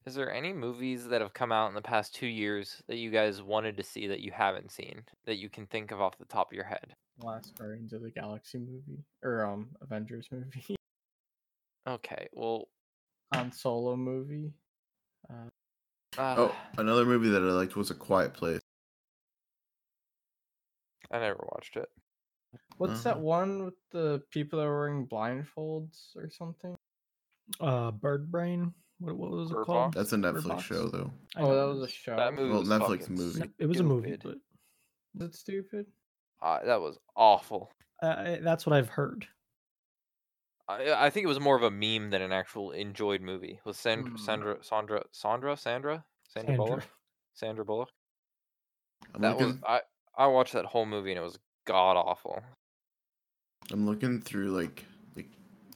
[SPEAKER 1] Is there any movies that have come out in the past two years that you guys wanted to see that you haven't seen that you can think of off the top of your head?
[SPEAKER 3] Last Guardians of the Galaxy movie or um Avengers movie,
[SPEAKER 1] Okay, well,
[SPEAKER 3] on Solo movie.
[SPEAKER 1] uh,
[SPEAKER 2] Oh, another movie that I liked was A Quiet Place.
[SPEAKER 1] I never watched it.
[SPEAKER 3] What's that
[SPEAKER 2] Uh-huh.
[SPEAKER 3] one with the people that are wearing blindfolds or something?
[SPEAKER 4] uh, Bird Brain. What, what was it
[SPEAKER 1] Bird
[SPEAKER 4] called?
[SPEAKER 2] That's a Netflix
[SPEAKER 4] Box?
[SPEAKER 2] show, though.
[SPEAKER 4] I
[SPEAKER 3] oh,
[SPEAKER 4] know
[SPEAKER 3] that
[SPEAKER 4] it
[SPEAKER 3] was a
[SPEAKER 4] is.
[SPEAKER 3] show.
[SPEAKER 1] That movie
[SPEAKER 2] Well,
[SPEAKER 1] was
[SPEAKER 2] Netflix
[SPEAKER 1] fucking
[SPEAKER 2] movie.
[SPEAKER 1] stupid.
[SPEAKER 4] It was a movie, but
[SPEAKER 3] Is it stupid?
[SPEAKER 1] Uh, that was awful.
[SPEAKER 4] uh, that's what I've heard.
[SPEAKER 1] I, I think it was more of a meme than an actual enjoyed movie. Was Sand-
[SPEAKER 3] Hmm.
[SPEAKER 1] Sandra Sandra Sandra Sandra Sandra Bullock?
[SPEAKER 4] Sandra.
[SPEAKER 1] Sandra Bullock.
[SPEAKER 2] I'm
[SPEAKER 1] that
[SPEAKER 2] looking,
[SPEAKER 1] was I I watched that whole movie and it was god awful.
[SPEAKER 2] I'm looking through like the,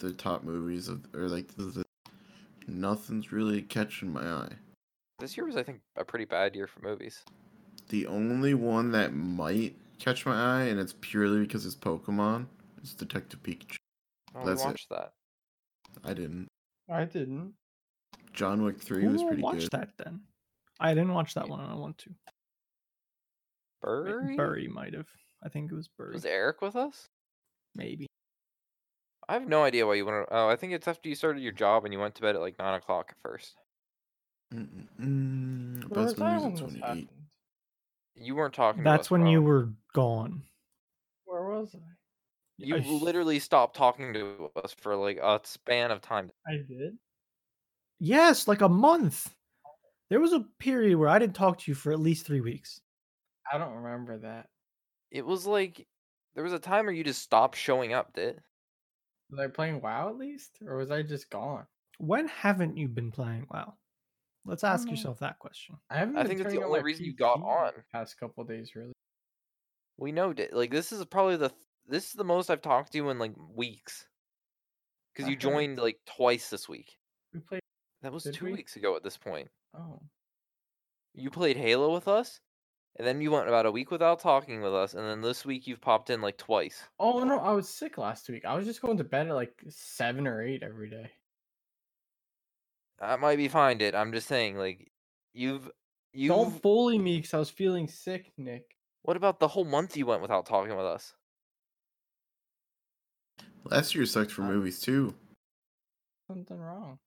[SPEAKER 2] the top movies of or like the, the nothing's really catching my eye.
[SPEAKER 1] This year was I think a pretty bad year for movies.
[SPEAKER 2] The only one that might catch my eye, and it's purely because it's Pokemon, is Detective Pikachu.
[SPEAKER 1] Oh, we
[SPEAKER 2] That's it.
[SPEAKER 1] watched that.
[SPEAKER 2] I didn't.
[SPEAKER 4] I didn't.
[SPEAKER 2] John Wick Three was
[SPEAKER 4] Ooh,
[SPEAKER 2] pretty
[SPEAKER 4] watch
[SPEAKER 2] good.
[SPEAKER 4] that then. I didn't watch that one and I want to. Wait,
[SPEAKER 1] Burry?
[SPEAKER 4] Burry might have. I think it was Burry.
[SPEAKER 1] Was Eric with us?
[SPEAKER 4] Maybe.
[SPEAKER 1] I have no idea why you went. Oh, I think it's after you started your job and you went to bed at like nine o'clock at first.
[SPEAKER 2] Mm-mm-mm. Best movies at 28.
[SPEAKER 1] You weren't talking. to
[SPEAKER 4] That's
[SPEAKER 1] us,
[SPEAKER 4] when you
[SPEAKER 1] Rob.
[SPEAKER 4] were gone.
[SPEAKER 3] Where was I?
[SPEAKER 1] You
[SPEAKER 4] I-
[SPEAKER 1] literally stopped talking to us for like a span of time.
[SPEAKER 3] I did.
[SPEAKER 4] Yes, like a month. There was a period where I didn't talk to you for at least three weeks.
[SPEAKER 3] I don't remember that.
[SPEAKER 1] It was like there was a time where you just stopped showing up. Did
[SPEAKER 3] Was I playing WoW at least, or was I just gone?
[SPEAKER 4] When haven't you been playing WoW? Let's ask
[SPEAKER 1] Um,
[SPEAKER 3] Mm.
[SPEAKER 4] yourself that question.
[SPEAKER 3] I haven't.
[SPEAKER 1] I
[SPEAKER 3] been
[SPEAKER 1] think that's the
[SPEAKER 3] turning on
[SPEAKER 1] only
[SPEAKER 3] my
[SPEAKER 1] reason you got
[SPEAKER 3] PC
[SPEAKER 1] on.
[SPEAKER 3] Past couple days, really.
[SPEAKER 1] we know? Did like this is probably the th- this is the most I've talked to you in like weeks. Because you
[SPEAKER 3] Okay.
[SPEAKER 1] joined like twice this week.
[SPEAKER 3] We played.
[SPEAKER 1] That was
[SPEAKER 3] Did
[SPEAKER 1] two
[SPEAKER 3] we?
[SPEAKER 1] weeks ago at this point.
[SPEAKER 3] Oh,
[SPEAKER 1] you played Halo with us, and then you went about a week without talking with us, and then this week you've popped in like twice.
[SPEAKER 3] oh no! I was sick last week. I was just going to bed at like seven or eight every day.
[SPEAKER 1] That might be fine, Did I'm just saying, like, you've you.
[SPEAKER 3] Don't
[SPEAKER 1] have
[SPEAKER 3] bully me because I was feeling sick, Nick.
[SPEAKER 1] What about the whole month you went without talking with us?
[SPEAKER 2] Last year sucked for
[SPEAKER 3] Uh,
[SPEAKER 2] movies too.
[SPEAKER 3] Something wrong.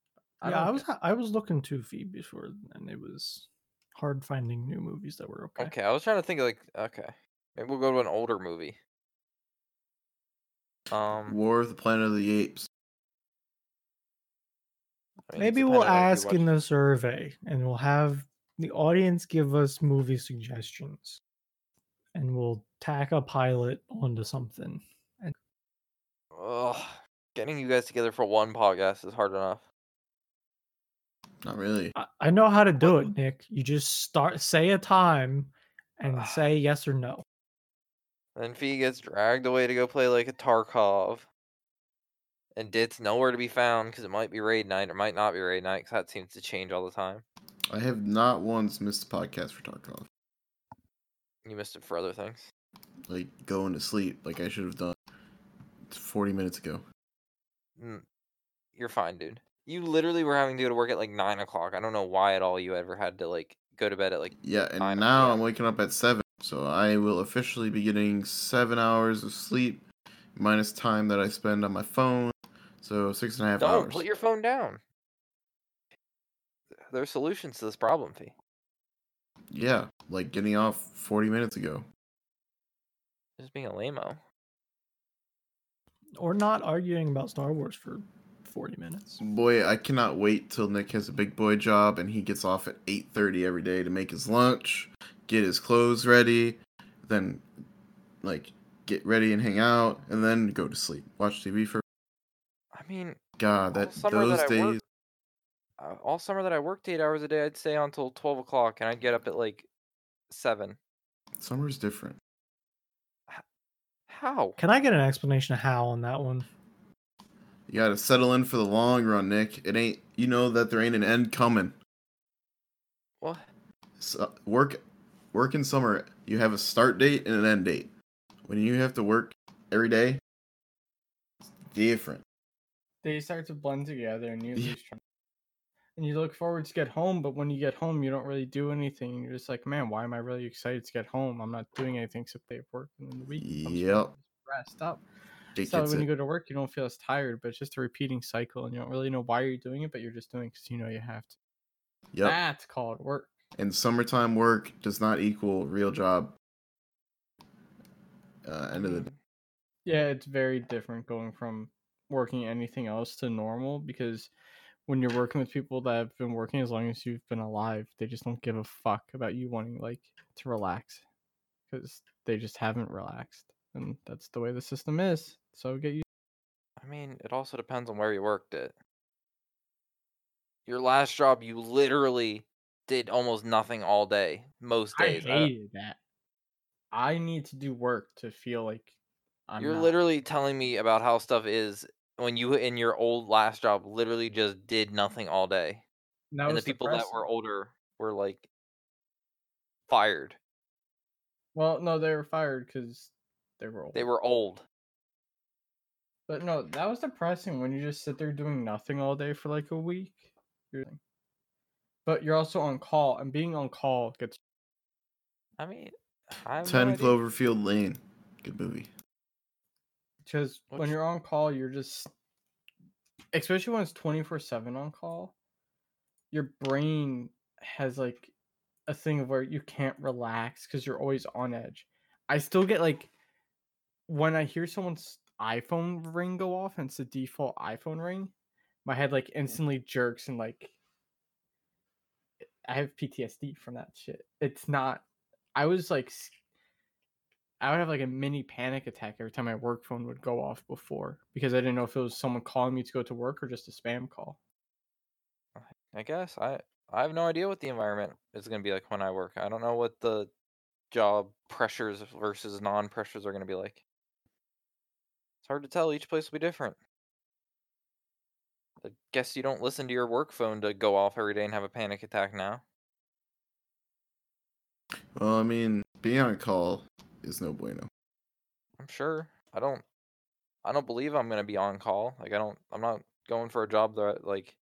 [SPEAKER 4] yeah,
[SPEAKER 3] don't
[SPEAKER 4] I was
[SPEAKER 3] get-
[SPEAKER 4] ha- I was looking too feed before, and it was hard finding new movies that were okay.
[SPEAKER 1] Okay, I was trying to think like, okay, maybe we'll go to an older movie. Um,
[SPEAKER 2] War of the Planet of the Apes.
[SPEAKER 1] I mean, it's
[SPEAKER 4] Maybe we'll
[SPEAKER 1] dependent on if you
[SPEAKER 4] ask in
[SPEAKER 1] watch-
[SPEAKER 4] the survey, and we'll have the audience give us movie suggestions, and we'll tack a pilot onto something.
[SPEAKER 1] Ugh, getting you guys together for one podcast is hard enough.
[SPEAKER 2] Not really.
[SPEAKER 4] I, I know how to do it, Nick. You just start say a time, and
[SPEAKER 1] Ugh.
[SPEAKER 4] say yes or no.
[SPEAKER 1] Then Fee gets dragged away to go play like a Tarkov. And Dit's nowhere to be found because it might be raid night or might not be raid night because that seems to change all the time.
[SPEAKER 2] I have not once missed a podcast for Tarkov.
[SPEAKER 1] You missed it for other things.
[SPEAKER 2] Like going to sleep, like I should have done forty minutes ago.
[SPEAKER 1] Mm, You're fine, dude. You literally were having to go to work at like 9 o'clock. I don't know why at all you ever had to like go to bed at like.
[SPEAKER 2] Yeah, and
[SPEAKER 1] Nine
[SPEAKER 2] now
[SPEAKER 1] p.m.
[SPEAKER 2] I'm waking up at seven, so I will officially be getting seven hours of sleep, minus time that I spend on my phone. So six and a half
[SPEAKER 1] Don't
[SPEAKER 2] hours.
[SPEAKER 1] put your phone down. There's solutions to this problem, Fee.
[SPEAKER 2] Yeah, like getting off forty minutes ago.
[SPEAKER 1] Just being a lame
[SPEAKER 4] or not arguing about Star Wars for 40 minutes.
[SPEAKER 2] Boy, I cannot wait till Nick has a big boy job and he gets off at eight thirty every day to make his lunch, get his clothes ready, then like get ready and hang out, and then go to sleep, watch TV for
[SPEAKER 1] I mean,
[SPEAKER 2] God.
[SPEAKER 1] All
[SPEAKER 2] Uh, That
[SPEAKER 1] summer
[SPEAKER 2] those
[SPEAKER 1] that I
[SPEAKER 2] days.
[SPEAKER 1] worked- uh, all summer that I worked eight hours a day, I'd stay on until 12 o'clock and I'd get up at like 7.
[SPEAKER 2] Summer's different.
[SPEAKER 1] How?
[SPEAKER 4] Can I get an explanation of how on that one?
[SPEAKER 2] You gotta settle in for the long run, Nick. It ain't you know that there ain't an end coming.
[SPEAKER 1] What?
[SPEAKER 2] So, work, work in summer. You have a start date and an end date. When you have to work every day, it's different.
[SPEAKER 3] They start to blend together, and you
[SPEAKER 2] Yeah.
[SPEAKER 3] lose track. And you look forward to get home, but when you get home, you don't really do anything. and You're just like, man, why am I really excited to get home? I'm not doing anything except day of work, and then the week. comes and
[SPEAKER 2] Yep.
[SPEAKER 3] you're Rest up.
[SPEAKER 2] Jake
[SPEAKER 3] So
[SPEAKER 2] gets
[SPEAKER 3] when you
[SPEAKER 2] it.
[SPEAKER 3] go to work, you don't feel as tired, but it's just a repeating cycle, and you don't really know why you're doing it, but you're just doing because you know you have to.
[SPEAKER 2] Yep.
[SPEAKER 3] That's called work.
[SPEAKER 2] And summertime work does not equal real job. Uh, end of the day.
[SPEAKER 3] Yeah, it's very different going from working anything else to normal because when you're working with people that have been working as long as you've been alive, they just don't give a fuck about you wanting like to relax because they just haven't relaxed, and that's the way the system is. So get you.
[SPEAKER 1] I mean, it also depends on where you worked at. Your last job, you literally did almost nothing all day, most days. I don't-
[SPEAKER 3] that. I need to do work to feel like I'm
[SPEAKER 1] You're
[SPEAKER 3] not-
[SPEAKER 1] literally telling me about how stuff is when you in your old last job literally just did nothing all day,
[SPEAKER 3] That
[SPEAKER 1] and the
[SPEAKER 3] was
[SPEAKER 1] people
[SPEAKER 3] depressing.
[SPEAKER 1] that were older were like fired.
[SPEAKER 3] well, no, they were fired because they were old.
[SPEAKER 1] They were old.
[SPEAKER 3] But no, that was depressing when you just sit there doing nothing all day for like a week. You're like- But you're also on call, and being on call gets
[SPEAKER 1] I mean, I have no
[SPEAKER 2] Ten
[SPEAKER 1] idea.
[SPEAKER 2] Cloverfield Lane, good movie.
[SPEAKER 3] because when
[SPEAKER 1] Which-
[SPEAKER 3] you're on call, you're just, especially when it's twenty four seven on call, your brain has like a thing of where you can't relax because you're always on edge. I still get like when I hear someone's iPhone ring go off and it's the default iPhone ring, my head like instantly jerks and like I have PTSD from that shit. It's not. I was like, s- I would have like a mini panic attack every time my work phone would go off before because I didn't know if it was someone calling me to go to work or just a spam call.
[SPEAKER 1] I guess I I have no idea what the environment is going to be like when I work. I don't know what the job pressures versus non pressures are going to be like. It's hard to tell. Each place will be different. I guess you don't listen to your work phone to go off every day and have a panic attack now.
[SPEAKER 2] Well, I mean, being on call is no bueno.
[SPEAKER 1] I'm sure. I don't. I don't believe I'm going to be on call. Like I don't. I'm not going for a job that like.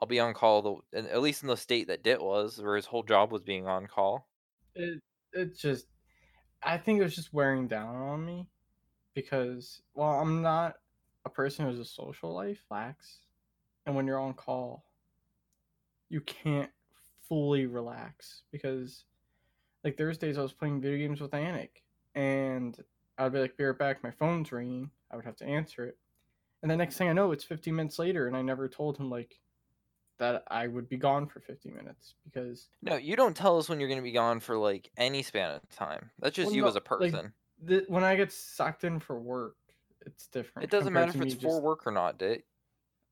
[SPEAKER 1] I'll be on call the at least in the state that Dit was, where his whole job was being on call.
[SPEAKER 3] It it just, I think it was just wearing down on me because well, I'm not a person who has a social life lacks, and when you're on call, you can't fully relax because like Thursdays I was playing video games with Anik and I would be like, be right back, my phone's ringing. I would have to answer it. And the next thing I know, it's 15 minutes later, and I never told him like that I would be gone for 50 minutes because
[SPEAKER 1] No, you don't tell us when you're going to be gone for like any span of time. That's just
[SPEAKER 3] Well,
[SPEAKER 1] you
[SPEAKER 3] no,
[SPEAKER 1] as a
[SPEAKER 3] like,
[SPEAKER 1] person.
[SPEAKER 3] th- when I get sucked in for work, it's different.
[SPEAKER 1] it doesn't
[SPEAKER 3] uh, compared
[SPEAKER 1] matter if
[SPEAKER 3] to
[SPEAKER 1] it's
[SPEAKER 3] me
[SPEAKER 1] for
[SPEAKER 3] just-
[SPEAKER 1] work or not, Dit.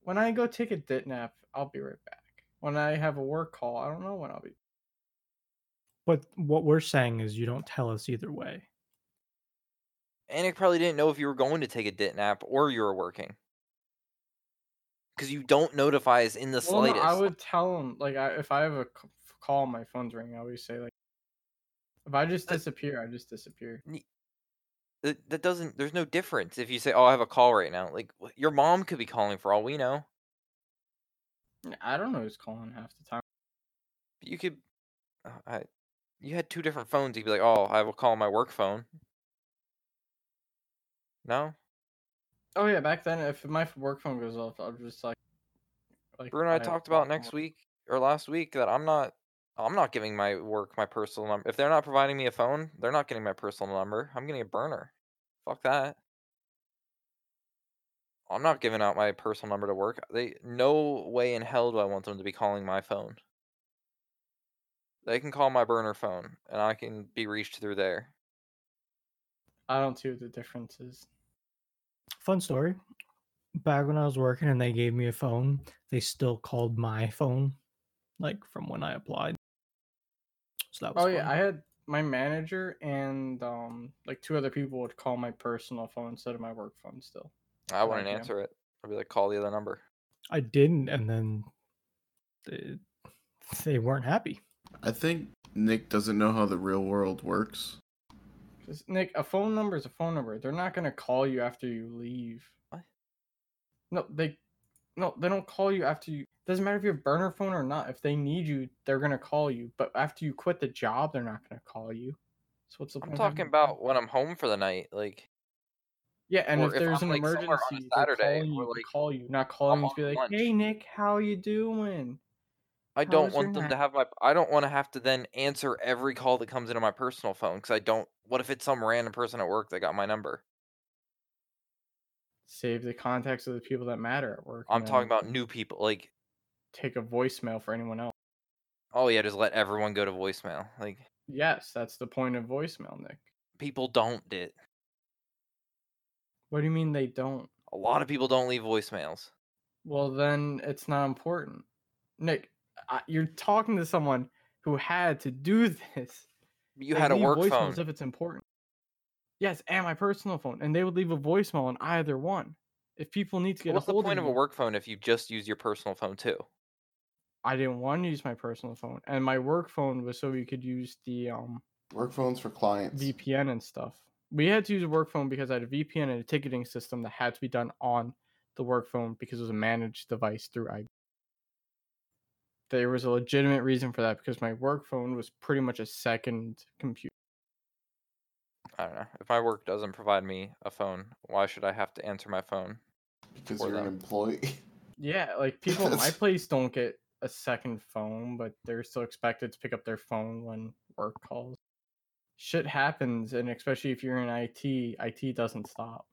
[SPEAKER 3] When I go take a dit nap, I'll be right back. When I have a work call, I don't know when I'll be.
[SPEAKER 4] But what we're saying is you don't tell us either way.
[SPEAKER 1] And it probably didn't know if you were going to take a dit nap or you were working. Because you don't notify us in the
[SPEAKER 3] Well, no,
[SPEAKER 1] slightest.
[SPEAKER 3] I would tell him like I, if I have a c- call, my phone's ringing. I always say like, if I just
[SPEAKER 1] But-
[SPEAKER 3] disappear, I just disappear.
[SPEAKER 1] that, that doesn't, there's no difference if you say, oh, I have a call right now. Like, wh- your mom could be calling for all we know.
[SPEAKER 3] I don't know who's calling half the time.
[SPEAKER 1] You could, uh, I, you had two different phones. You'd be like, oh, I will call on my work phone. No?
[SPEAKER 3] Oh yeah, back then, if my work phone goes off, I'll just like. like
[SPEAKER 1] Bruno, I
[SPEAKER 3] have
[SPEAKER 1] talked
[SPEAKER 3] a call
[SPEAKER 1] about
[SPEAKER 3] from
[SPEAKER 1] next
[SPEAKER 3] work.
[SPEAKER 1] week or last week that I'm not I'm not giving my work my personal number. If they're not providing me a phone, they're not getting my personal number. I'm getting a burner. Fuck that. I'm not giving out my personal number to work. They no way in hell do I want them to be calling my phone. They can call my burner phone and I can be reached through there.
[SPEAKER 3] I don't see what the difference is.
[SPEAKER 4] Fun story. Back when I was working and they gave me a phone, they still called my phone, like from when I applied. So that was
[SPEAKER 3] Oh yeah,
[SPEAKER 4] fun.
[SPEAKER 3] I had my manager and um like two other people would call my personal phone instead of my work phone still.
[SPEAKER 1] I wouldn't
[SPEAKER 3] idea.
[SPEAKER 1] answer it. I'd be like, call the other number.
[SPEAKER 4] I didn't, and then they, they weren't happy.
[SPEAKER 2] I think Nick doesn't know how the real world works.
[SPEAKER 3] Cuz Nick, a phone number is a phone number. They're not going to call you after you leave.
[SPEAKER 1] What?
[SPEAKER 3] No, they no, they don't call you after you doesn't matter if you have burner phone or not. If they need you, they're going to call you. But after you quit the job, they're not going to call you. So what's the
[SPEAKER 1] I'm
[SPEAKER 3] point of having
[SPEAKER 1] talking
[SPEAKER 3] a phone?
[SPEAKER 1] about when I'm home for the night. Like
[SPEAKER 3] Yeah, and
[SPEAKER 1] or
[SPEAKER 3] if
[SPEAKER 1] if
[SPEAKER 3] there's
[SPEAKER 1] I'm,
[SPEAKER 3] an
[SPEAKER 1] like, somewhere on a
[SPEAKER 3] emergency,
[SPEAKER 1] Saturday,
[SPEAKER 3] Saturday,
[SPEAKER 1] or,
[SPEAKER 3] you,
[SPEAKER 1] like,
[SPEAKER 3] to call you, not calling you
[SPEAKER 1] off
[SPEAKER 3] to be like,
[SPEAKER 1] lunch.
[SPEAKER 3] "Hey Nick, how you doing?"
[SPEAKER 1] I
[SPEAKER 3] How
[SPEAKER 1] don't
[SPEAKER 3] was your
[SPEAKER 1] want them to
[SPEAKER 3] night?
[SPEAKER 1] have my. I don't want to have to then answer every call that comes into my personal phone because I don't. What if it's some random person at work that got my number?
[SPEAKER 3] save the contacts of the people that matter at work.
[SPEAKER 1] I'm
[SPEAKER 3] and
[SPEAKER 1] talking
[SPEAKER 3] then
[SPEAKER 1] about new people. Like,
[SPEAKER 3] take a voicemail for anyone else.
[SPEAKER 1] oh yeah, just let everyone go to voicemail. Like,
[SPEAKER 3] Yes, that's the point of voicemail, Nick.
[SPEAKER 1] people don't it.
[SPEAKER 3] What do you mean they don't?
[SPEAKER 1] A lot of people don't leave voicemails.
[SPEAKER 3] Well, then it's not important, Nick. I, you're talking to someone who had to do this.
[SPEAKER 1] You
[SPEAKER 3] They
[SPEAKER 1] had a
[SPEAKER 3] leave
[SPEAKER 1] work phone.
[SPEAKER 3] voicemails if it's important. Yes, and my personal phone, and they would leave a voicemail on either one. If people need to get
[SPEAKER 1] What's
[SPEAKER 3] a
[SPEAKER 1] the
[SPEAKER 3] hold
[SPEAKER 1] point
[SPEAKER 3] of,
[SPEAKER 1] of
[SPEAKER 3] me,
[SPEAKER 1] a work phone if you just use your personal phone too?
[SPEAKER 3] I didn't want to use my personal phone, and my work phone was so you could use the um
[SPEAKER 2] Work phones for clients.
[SPEAKER 3] VPN and stuff. We had to use a work phone because I had a VPN and a ticketing system that had to be done on the work phone because it was a managed device through IBM. There was a legitimate reason for that because my work phone was pretty much a second computer.
[SPEAKER 1] I don't know. If my work doesn't provide me a phone, why should I have to answer my phone?
[SPEAKER 2] because
[SPEAKER 1] for
[SPEAKER 2] you're an
[SPEAKER 1] them.
[SPEAKER 2] employee.
[SPEAKER 3] Yeah, like people in my place don't get a second phone, but they're still expected to pick up their phone when work calls. Shit happens, and especially if you're in IT, IT doesn't stop.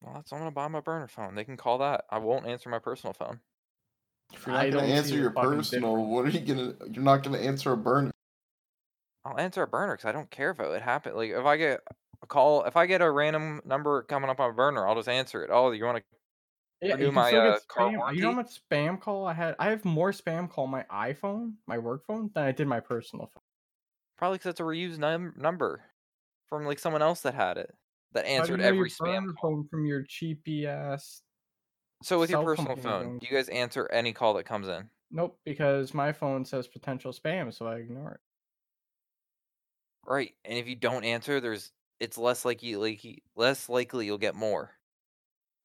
[SPEAKER 1] Well, that's, I'm gonna buy my burner phone. They can call that. I won't answer my personal phone.
[SPEAKER 2] If you're not
[SPEAKER 3] I
[SPEAKER 2] gonna
[SPEAKER 3] don't see
[SPEAKER 2] answer
[SPEAKER 3] the
[SPEAKER 2] your
[SPEAKER 3] fucking
[SPEAKER 2] personal,
[SPEAKER 3] difference.
[SPEAKER 2] what are you gonna? You're not gonna answer a burner.
[SPEAKER 1] I'll answer a burner because I don't care if it, it happened. Like if I get a call, if I get a random number coming up on a burner, I'll just answer it. Oh, you want to?
[SPEAKER 3] Yeah,
[SPEAKER 1] do
[SPEAKER 3] you can
[SPEAKER 1] my,
[SPEAKER 3] still get
[SPEAKER 1] uh, car
[SPEAKER 3] spam. You know how
[SPEAKER 1] warranty.
[SPEAKER 3] much spam call I had? I have more spam call on my iPhone, my work phone, than I did my personal phone.
[SPEAKER 1] Probably because it's a reused num- number from like someone else that had it that
[SPEAKER 3] How do
[SPEAKER 1] answered
[SPEAKER 3] you know your
[SPEAKER 1] every spam.
[SPEAKER 3] burner phone from your cheapy ass.
[SPEAKER 1] So with your
[SPEAKER 3] cell
[SPEAKER 1] personal
[SPEAKER 3] company
[SPEAKER 1] phone,
[SPEAKER 3] don't-
[SPEAKER 1] do you guys answer any call that comes in?
[SPEAKER 3] Nope, because my phone says potential spam, so I ignore it.
[SPEAKER 1] Right, and if you don't answer, there's it's less likely, likely less likely you'll get more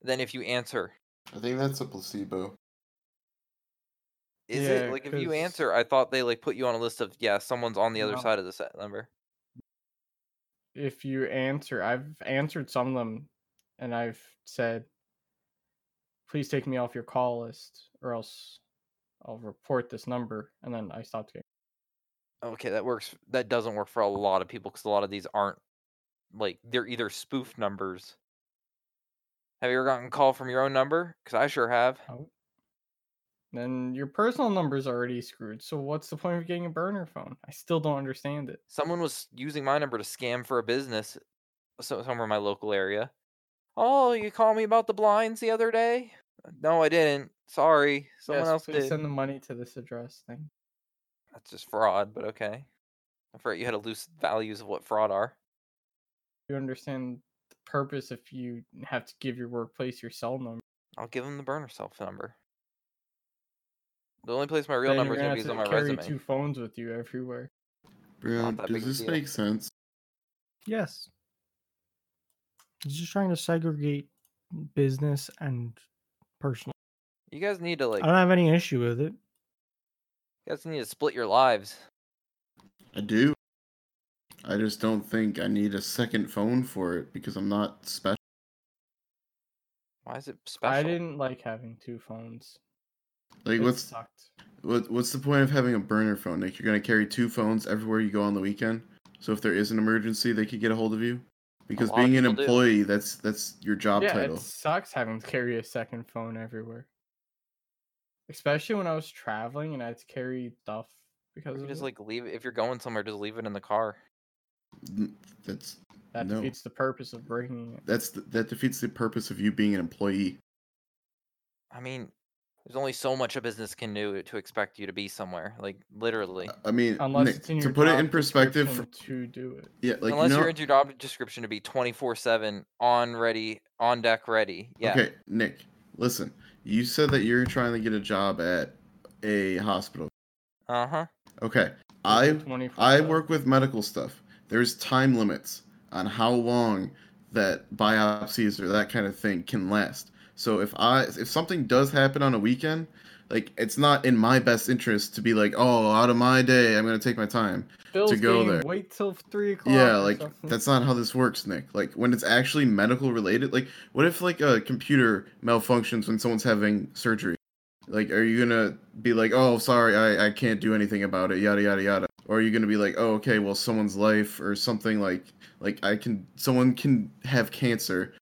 [SPEAKER 1] than if you answer.
[SPEAKER 2] I think that's a placebo.
[SPEAKER 1] Is
[SPEAKER 3] Yeah,
[SPEAKER 1] it like if you
[SPEAKER 3] 'cause-
[SPEAKER 1] answer? I thought they like put you on a list of yeah, someone's on the other
[SPEAKER 3] No.
[SPEAKER 1] side of the set number.
[SPEAKER 3] If you answer, I've answered some of them, and I've said, "Please take me off your call list, or else I'll report this number." And then I stopped getting.
[SPEAKER 1] Okay, that works. That doesn't work for a lot of people because a lot of these aren't like they're either spoof numbers. Have you ever gotten a call from your own number? Because I sure have.
[SPEAKER 3] Oh. Then your personal number's already screwed. So what's the point of getting a burner phone? I still don't understand it.
[SPEAKER 1] Someone was using my number to scam for a business, so somewhere in my local area. Oh, you called me about the blinds the other day? Uh, No, I didn't. Sorry, someone
[SPEAKER 3] Yes,
[SPEAKER 1] else
[SPEAKER 3] please
[SPEAKER 1] did.
[SPEAKER 3] send the money to this address thing.
[SPEAKER 1] That's just fraud, but okay. I forgot you had a loose values of what fraud are.
[SPEAKER 3] You understand the purpose if you have to give your workplace your cell number.
[SPEAKER 1] I'll give them the burner cell phone number. The only place my real
[SPEAKER 3] then
[SPEAKER 1] number is
[SPEAKER 3] you're
[SPEAKER 1] gonna
[SPEAKER 3] gonna
[SPEAKER 1] be is
[SPEAKER 3] have
[SPEAKER 1] on
[SPEAKER 3] to
[SPEAKER 1] my
[SPEAKER 3] carry
[SPEAKER 1] resume.
[SPEAKER 3] two phones with you everywhere.
[SPEAKER 2] Bruno,
[SPEAKER 1] that big of
[SPEAKER 2] does
[SPEAKER 1] a
[SPEAKER 2] this
[SPEAKER 1] deal.
[SPEAKER 2] make sense?
[SPEAKER 4] Yes. He's just trying to segregate business and personal.
[SPEAKER 1] You guys need to like
[SPEAKER 4] I don't have any issue with it.
[SPEAKER 1] You guys need to split your lives.
[SPEAKER 2] I do. I just don't think I need a second phone for it because I'm not special.
[SPEAKER 1] Why is it special?
[SPEAKER 3] I didn't like having two phones.
[SPEAKER 2] Like,
[SPEAKER 3] it
[SPEAKER 2] what's
[SPEAKER 3] sucked.
[SPEAKER 2] what, what's the point of having a burner phone? Like, you're gonna carry two phones everywhere you go on the weekend. So if there is an emergency, they could get a hold of you. Because
[SPEAKER 1] lot of
[SPEAKER 2] being an
[SPEAKER 1] people do.
[SPEAKER 2] employee, that's that's your job
[SPEAKER 3] Yeah,
[SPEAKER 2] title.
[SPEAKER 3] it sucks having to carry a second phone everywhere. Especially when I was traveling and I had to carry stuff because
[SPEAKER 1] You
[SPEAKER 3] of
[SPEAKER 1] just
[SPEAKER 3] it.
[SPEAKER 1] like leave it if you're going somewhere, just leave it in the car.
[SPEAKER 2] N- That's
[SPEAKER 3] that
[SPEAKER 2] no.
[SPEAKER 3] defeats the purpose of bringing it.
[SPEAKER 2] that's th- that defeats the purpose of you being an employee.
[SPEAKER 1] I mean, there's only so much a business can do to expect you to be somewhere. Like literally,
[SPEAKER 3] Uh,
[SPEAKER 2] I mean,
[SPEAKER 3] Unless
[SPEAKER 2] Nick,
[SPEAKER 3] it's in
[SPEAKER 2] to
[SPEAKER 3] your
[SPEAKER 2] put it
[SPEAKER 3] job
[SPEAKER 2] in perspective,
[SPEAKER 3] description to do it.
[SPEAKER 2] for- yeah, like
[SPEAKER 1] unless
[SPEAKER 2] you know,
[SPEAKER 1] you're into your job description to be 24/7 on ready, on deck ready. Yeah.
[SPEAKER 2] Okay, Nick, listen. You said that you're trying to get a job at a hospital.
[SPEAKER 1] Uh huh.
[SPEAKER 2] Okay. I
[SPEAKER 3] 24
[SPEAKER 2] I
[SPEAKER 3] hours.
[SPEAKER 2] work with medical stuff. There's time limits on how long that biopsies or that kind of thing can last. So if I if something does happen on a weekend, like it's not in my best interest to be like, "Oh, out of my day, I'm going to take my time."
[SPEAKER 3] Bill's
[SPEAKER 2] go
[SPEAKER 3] game,
[SPEAKER 2] there.
[SPEAKER 3] Wait till three o'clock.
[SPEAKER 2] Yeah,
[SPEAKER 3] or
[SPEAKER 2] like
[SPEAKER 3] something.
[SPEAKER 2] that's not how this works, Nick. Like when it's actually medical related, like what if like a computer malfunctions when someone's having surgery? Like are you gonna be like, Oh sorry, I, I can't do anything about it, yada yada yada. Or are you gonna be like, Oh, okay, well someone's life or something like like I can someone can have cancer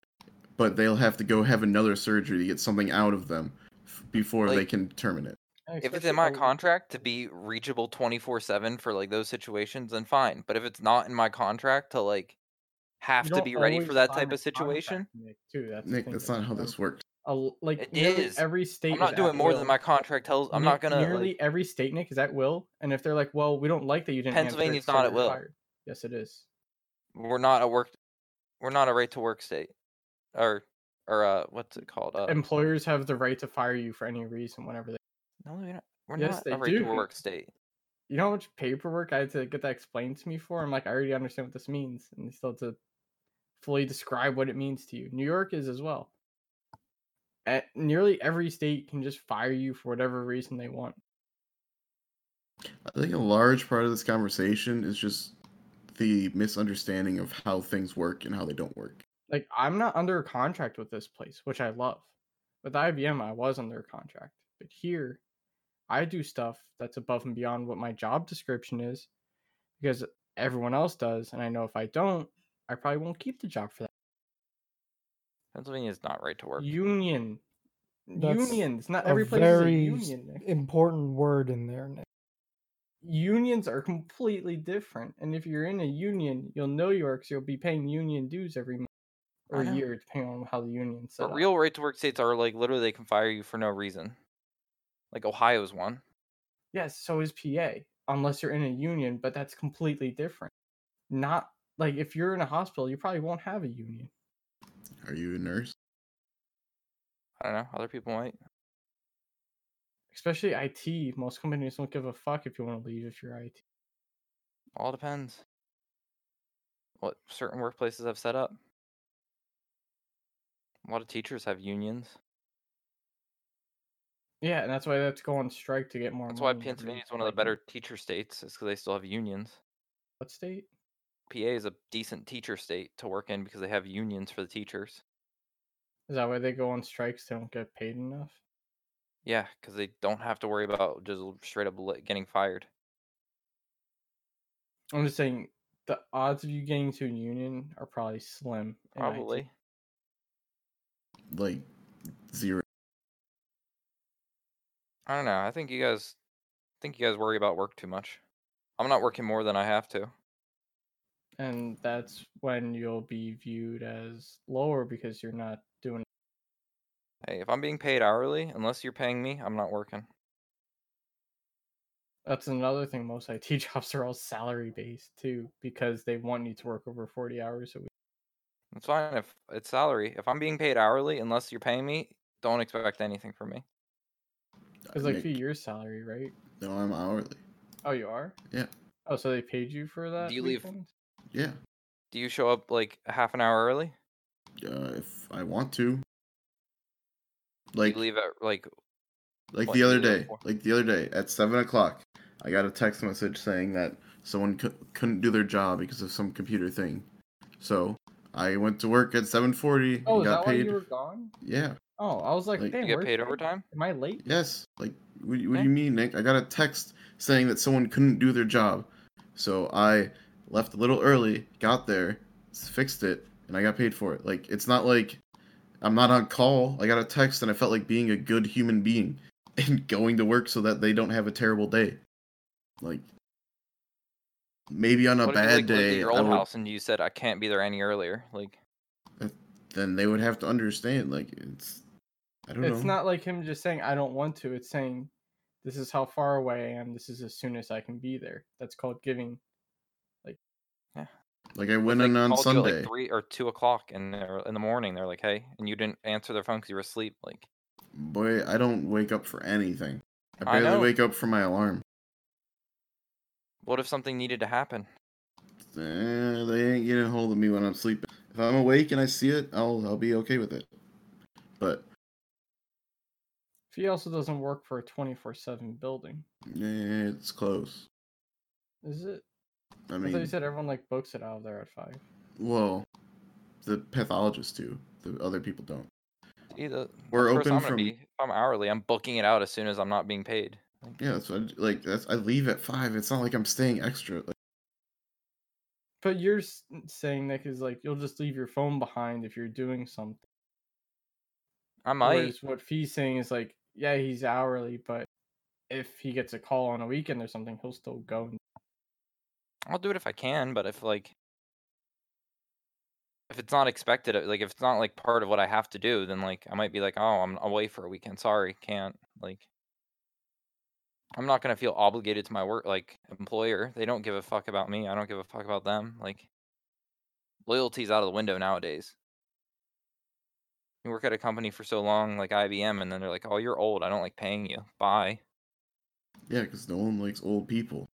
[SPEAKER 2] but they'll have to go have another surgery to get something out of them f- before they
[SPEAKER 1] Like-
[SPEAKER 2] can terminate.
[SPEAKER 3] Yeah,
[SPEAKER 1] If it's
[SPEAKER 3] especially
[SPEAKER 1] in my
[SPEAKER 3] a-
[SPEAKER 1] contract to be reachable 24/7 for like those situations, then fine. But if it's not in my contract to like have
[SPEAKER 3] you
[SPEAKER 1] to
[SPEAKER 3] don't
[SPEAKER 1] be ready for
[SPEAKER 3] always
[SPEAKER 1] that
[SPEAKER 3] sign
[SPEAKER 1] type
[SPEAKER 3] a
[SPEAKER 1] of situation,
[SPEAKER 3] contract, Nick, too. That's the
[SPEAKER 2] Nick,
[SPEAKER 3] thing
[SPEAKER 2] that's
[SPEAKER 3] that
[SPEAKER 2] not how
[SPEAKER 3] I'm-
[SPEAKER 2] this works.
[SPEAKER 3] A l- like
[SPEAKER 1] It
[SPEAKER 3] nearly
[SPEAKER 1] is.
[SPEAKER 3] every state.
[SPEAKER 1] I'm
[SPEAKER 3] is
[SPEAKER 1] not
[SPEAKER 3] at
[SPEAKER 1] doing more
[SPEAKER 3] will.
[SPEAKER 1] than my contract tells. I'm
[SPEAKER 3] Ne-
[SPEAKER 1] not gonna.
[SPEAKER 3] Nearly
[SPEAKER 1] like-
[SPEAKER 3] every state, Nick, is at will. And if they're like, "Well, we don't like that you didn't," answer it,
[SPEAKER 1] Pennsylvania's
[SPEAKER 3] so
[SPEAKER 1] not at
[SPEAKER 3] you're
[SPEAKER 1] will.
[SPEAKER 3] fired." Yes, it is.
[SPEAKER 1] We're not a work. We're not a right to work state, or or uh, what's it called? Uh,
[SPEAKER 3] Employers have the right to fire you for any reason whenever they.
[SPEAKER 1] no, we're not. We're
[SPEAKER 3] Yes,
[SPEAKER 1] not
[SPEAKER 3] they
[SPEAKER 1] a right
[SPEAKER 3] do.
[SPEAKER 1] to work state.
[SPEAKER 3] You know how much paperwork I had to get that explained to me for? I'm like, I already understand what this means, and they still have to fully describe what it means to you. New York is as well. At nearly every state can just fire you for whatever reason they want.
[SPEAKER 2] I think a large part of this conversation is just the misunderstanding of how things work and how they don't work.
[SPEAKER 3] Like, I'm not under a contract with this place, which I love. With IBM, I was under a contract, but here, I do stuff that's above and beyond what my job description is, because everyone else does, and I know if I don't, I probably won't keep the job for that.
[SPEAKER 1] Pennsylvania is not right to work.
[SPEAKER 3] Union.
[SPEAKER 4] That's
[SPEAKER 3] unions. Not
[SPEAKER 4] a
[SPEAKER 3] every place
[SPEAKER 4] very
[SPEAKER 3] is
[SPEAKER 4] s-
[SPEAKER 3] a union. Nick.
[SPEAKER 4] Important word in there. Nick.
[SPEAKER 3] Unions are completely different. And if you're in a union, you'll know yours. You'll be paying union dues every month or
[SPEAKER 1] I know.
[SPEAKER 3] year, depending on how the union's set
[SPEAKER 1] But
[SPEAKER 3] up.
[SPEAKER 1] real right to work states are like literally they can fire you for no reason. Like Ohio's one.
[SPEAKER 3] Yes, so is PA, unless you're in a union, but that's completely different. Not like if you're in a hospital, you probably won't have a union.
[SPEAKER 2] Are you a nurse?
[SPEAKER 1] I don't know. Other people might.
[SPEAKER 3] Especially IT. Most companies don't give a fuck if you want to leave if you're IT.
[SPEAKER 1] All depends. What certain workplaces have set up. A lot of teachers have unions.
[SPEAKER 3] Yeah, and that's why they have to go on strike to get more.
[SPEAKER 1] That's why
[SPEAKER 3] money every
[SPEAKER 1] Pennsylvania is one of the
[SPEAKER 3] fucking-
[SPEAKER 1] better teacher states. Is because they still have unions.
[SPEAKER 3] What state?
[SPEAKER 1] PA is a decent teacher state to work in because they have unions for the teachers.
[SPEAKER 3] Is that why they go on strikes? They don't get paid enough.
[SPEAKER 1] Yeah, because they don't have to worry about just straight up li- getting fired.
[SPEAKER 3] I'm just saying the odds of you getting to a union are probably slim. in IT.
[SPEAKER 1] Probably.
[SPEAKER 2] Like zero.
[SPEAKER 1] I don't know. I think you guys think you guys worry about work too much. I'm not working more than I have to.
[SPEAKER 3] And that's when you'll be viewed as lower because you're not doing.
[SPEAKER 1] Hey, if I'm being paid hourly, unless you're paying me, I'm not working.
[SPEAKER 3] That's another thing. Most IT jobs are all salary based too because they want you to work over 40 hours a week.
[SPEAKER 1] It's fine if it's salary. If I'm being paid hourly, unless you're paying me, don't expect anything from me.
[SPEAKER 3] It's like
[SPEAKER 2] Nick,
[SPEAKER 3] for your salary, right?
[SPEAKER 2] No, I'm hourly.
[SPEAKER 3] Oh, you are.
[SPEAKER 2] Yeah.
[SPEAKER 3] Oh, so they paid you for that.
[SPEAKER 1] you leave-
[SPEAKER 3] weekend?
[SPEAKER 2] Yeah.
[SPEAKER 1] Do you show up like a half an hour early?
[SPEAKER 2] Uh, if I want to.
[SPEAKER 1] Do
[SPEAKER 2] Like
[SPEAKER 1] you leave at like
[SPEAKER 2] like
[SPEAKER 1] what
[SPEAKER 2] the
[SPEAKER 1] you
[SPEAKER 2] other
[SPEAKER 1] leave
[SPEAKER 2] day.
[SPEAKER 1] for?
[SPEAKER 2] Like the other day at seven o'clock, I got a text message saying that someone cou- couldn't do their job because of some computer thing. So I went to work at seven forty.
[SPEAKER 3] Oh, is
[SPEAKER 2] got
[SPEAKER 3] that why
[SPEAKER 2] paid.
[SPEAKER 3] you were gone?
[SPEAKER 2] Yeah.
[SPEAKER 3] Oh, I was like,
[SPEAKER 2] Like- You
[SPEAKER 3] damn,
[SPEAKER 1] you get
[SPEAKER 3] where's
[SPEAKER 1] paid
[SPEAKER 3] Nick?
[SPEAKER 1] overtime?
[SPEAKER 3] Am I late?
[SPEAKER 2] Yes. Like, what, what
[SPEAKER 1] Yeah.
[SPEAKER 2] do you mean, Nick? I got a text saying that someone couldn't do their job. So I left a little early, got there, s- fixed it, and I got paid for it. Like, it's not like I'm not on call. I got a text and I felt like being a good human being and going to work so that they don't have a terrible day. Like, maybe on a
[SPEAKER 1] What if you,
[SPEAKER 2] bad
[SPEAKER 1] like, lived at
[SPEAKER 2] day,
[SPEAKER 1] your
[SPEAKER 2] I
[SPEAKER 1] old
[SPEAKER 2] would-
[SPEAKER 1] house, and you said I can't be there any earlier. Like,
[SPEAKER 2] then they would have to understand. Like, it's. I don't know.
[SPEAKER 3] it's not like him just saying I don't want to. It's saying this is how far away I am. This is as soon as I can be there. That's called giving.
[SPEAKER 2] Like, I went
[SPEAKER 1] they
[SPEAKER 2] in on
[SPEAKER 1] called you at,
[SPEAKER 2] Sunday.
[SPEAKER 1] like three or two o'clock in the in the morning. They're like, hey, and you didn't answer their phone because you were asleep. Like,
[SPEAKER 2] Boy, I don't wake up for anything. I
[SPEAKER 1] I
[SPEAKER 2] barely
[SPEAKER 1] know.
[SPEAKER 2] wake up for my alarm.
[SPEAKER 1] what if something needed to happen?
[SPEAKER 2] Eh, they ain't getting a hold of me when I'm sleeping. If I'm awake and I see it, I'll I'll be okay with it. But
[SPEAKER 3] If he also doesn't work for a twenty four seven building,
[SPEAKER 2] eh, it's close.
[SPEAKER 3] is it?
[SPEAKER 2] I
[SPEAKER 3] I thought you
[SPEAKER 2] mean,
[SPEAKER 3] said everyone like books it out of there at five.
[SPEAKER 2] well, the pathologists do. The other people don't.
[SPEAKER 1] See, the- the
[SPEAKER 2] We're
[SPEAKER 1] person
[SPEAKER 2] open
[SPEAKER 1] I'm gonna
[SPEAKER 2] from-
[SPEAKER 1] be- if I'm hourly. I'm booking it out as soon as I'm not being paid. Like,
[SPEAKER 2] Yeah, that's what I, d- like. That's I leave at five. It's not like I'm staying extra. Like,
[SPEAKER 3] But you're s- saying Nick is like you'll just leave your phone behind if you're doing something.
[SPEAKER 1] I might.
[SPEAKER 3] Whereas what Fee's saying is like, yeah, he's hourly, but if he gets a call on a weekend or something, he'll still go. and-
[SPEAKER 1] I'll do it if I can, but if like if it's not expected, uh, like if it's not like part of what I have to do, then like I might be like, oh, I'm away for a weekend. Sorry, can't. Like I'm not gonna feel obligated to my work like employer. They don't give a fuck about me. I don't give a fuck about them. Like loyalty's out of the window nowadays. You work at a company for so long, like IBM, and then they're like, "Oh, you're old. I don't like paying you. Bye."
[SPEAKER 2] Yeah, because no one likes old people.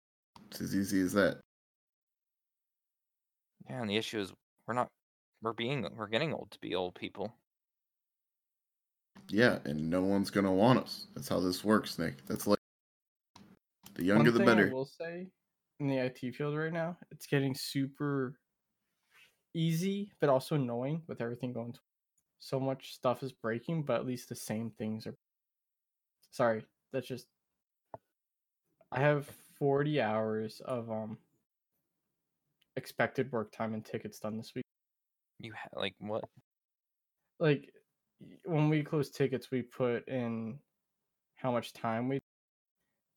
[SPEAKER 2] It's as easy as that.
[SPEAKER 1] Yeah, and the issue is we're not we're being we're getting old to be old people.
[SPEAKER 2] Yeah, and no one's gonna want us. That's how this works, Nick. That's like the younger the
[SPEAKER 3] One thing
[SPEAKER 2] better.
[SPEAKER 3] I will say in the IT field right now, it's getting super easy, but also annoying with everything going. tw- so much stuff is breaking, but at least the same things are. Sorry, that's just. I have forty hours of um. Expected work time and tickets done this week.
[SPEAKER 1] You ha- like what?
[SPEAKER 3] Like, y- when we close tickets, we put in how much time we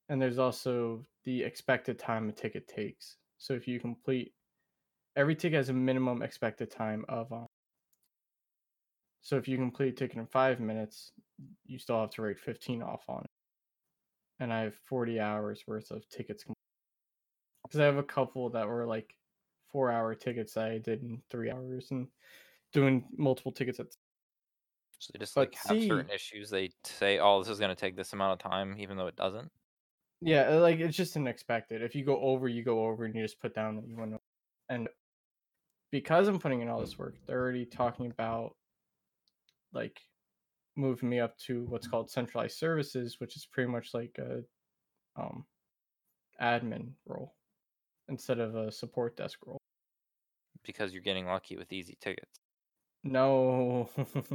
[SPEAKER 3] and there's also the expected time a ticket takes. So if you complete every ticket has a minimum expected time of um, so if you complete a ticket in five minutes, you still have to rate 15 off on it. And I have 40 hours worth of tickets because I have a couple that were like four hour tickets that I did in three hours and doing multiple tickets at
[SPEAKER 1] So they just
[SPEAKER 3] But
[SPEAKER 1] like have certain
[SPEAKER 3] see-
[SPEAKER 1] issues. They say, "Oh, this is gonna take this amount of time," even though it doesn't.
[SPEAKER 3] Yeah, uh, like it's just an expected. If you go over, you go over, and you just put down that you went. over. And because I'm putting in all this work, they're already talking about like moving me up to what's called centralized services, which is pretty much like a um admin role instead of a support desk role.
[SPEAKER 1] because you're getting lucky with easy tickets.
[SPEAKER 3] No.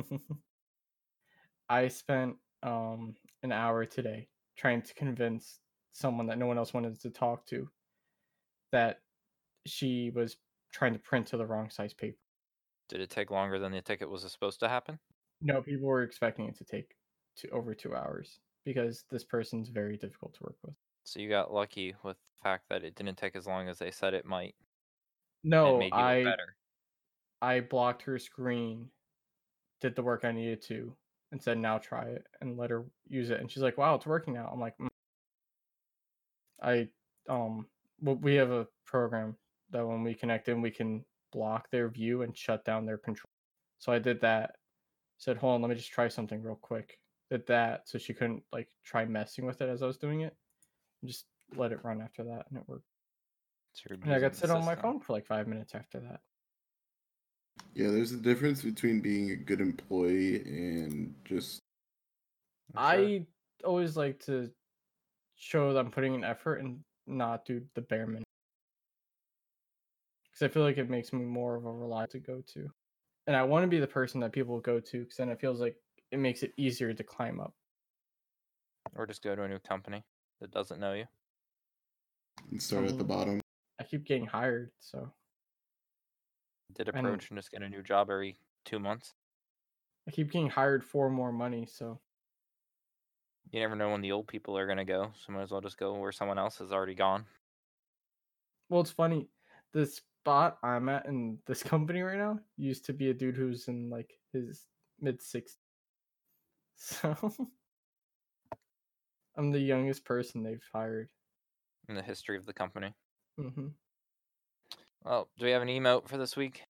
[SPEAKER 3] I spent um an hour today trying to convince someone that no one else wanted to talk to that she was trying to print to the wrong size paper.
[SPEAKER 1] Did it take longer than the ticket was uh, supposed to happen?
[SPEAKER 3] No, people were expecting it to take to over 2 hours because this person's very difficult to work with.
[SPEAKER 1] So you got lucky with the fact that it didn't take as long as they said it might. and it
[SPEAKER 3] No,
[SPEAKER 1] made you look
[SPEAKER 3] Oh, I
[SPEAKER 1] better.
[SPEAKER 3] I blocked her screen, did the work I needed to, and said, now try it and let her use it. And she's like, wow, it's working now. I'm like, "Mm." I, um, w- we have a program that when we connect in, we can block their view and shut down their control. So I did that. Said, hold on, let me just try something real quick. Did that so she couldn't like try messing with it as I was doing it. And just let it run after that, and it worked.
[SPEAKER 1] So you're
[SPEAKER 3] And I
[SPEAKER 1] abusing
[SPEAKER 3] got
[SPEAKER 1] the
[SPEAKER 3] to sit on my
[SPEAKER 1] system.
[SPEAKER 3] phone for like five minutes after that.
[SPEAKER 2] Yeah, there's a difference between being a good employee and just
[SPEAKER 1] I'm sure.
[SPEAKER 3] I always like to show that I'm putting in effort and not do the bare minimum. Because I feel like it makes me more of a reliable to go to. And I want to be the person that people go to because then it feels like it makes it easier to climb up.
[SPEAKER 1] or just go to a new company that doesn't know you.
[SPEAKER 2] and start at the
[SPEAKER 3] Um,
[SPEAKER 2] bottom.
[SPEAKER 3] I keep getting hired, so
[SPEAKER 1] Did
[SPEAKER 3] I know.
[SPEAKER 1] approach and just get a new job every two months.
[SPEAKER 3] I keep getting hired for more money. So
[SPEAKER 1] You never know when the old people are gonna go, so might as well just go where someone else has already gone.
[SPEAKER 3] Well, it's funny. The spot I'm at in this company right now used to be a dude who's in like his mid 60s. So I'm the youngest person they've hired.
[SPEAKER 1] In the history of the company.
[SPEAKER 3] hmm
[SPEAKER 1] Well, do we have an emote for this week?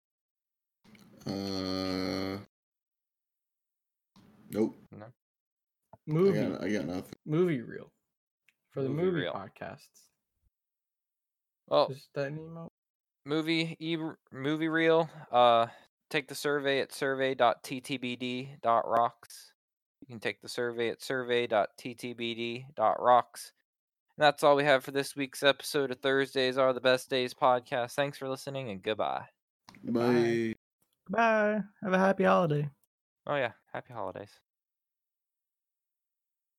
[SPEAKER 2] Uh, nope. I
[SPEAKER 3] Movie,
[SPEAKER 2] got, I got nothing.
[SPEAKER 3] movie reel for the
[SPEAKER 1] Movie
[SPEAKER 3] movie,
[SPEAKER 1] reel. Oh.
[SPEAKER 3] podcasts.
[SPEAKER 1] Well,
[SPEAKER 3] Is that an email?
[SPEAKER 1] movie e- movie reel. Uh, take the survey at survey.ttbd.rocks. You can take the survey at survey.ttbd.rocks. And that's all we have for this week's episode of Thursdays Are the Best Days podcast. Thanks for listening and goodbye.
[SPEAKER 2] Bye.
[SPEAKER 4] Bye. Have a happy holiday.
[SPEAKER 1] Oh yeah, happy holidays.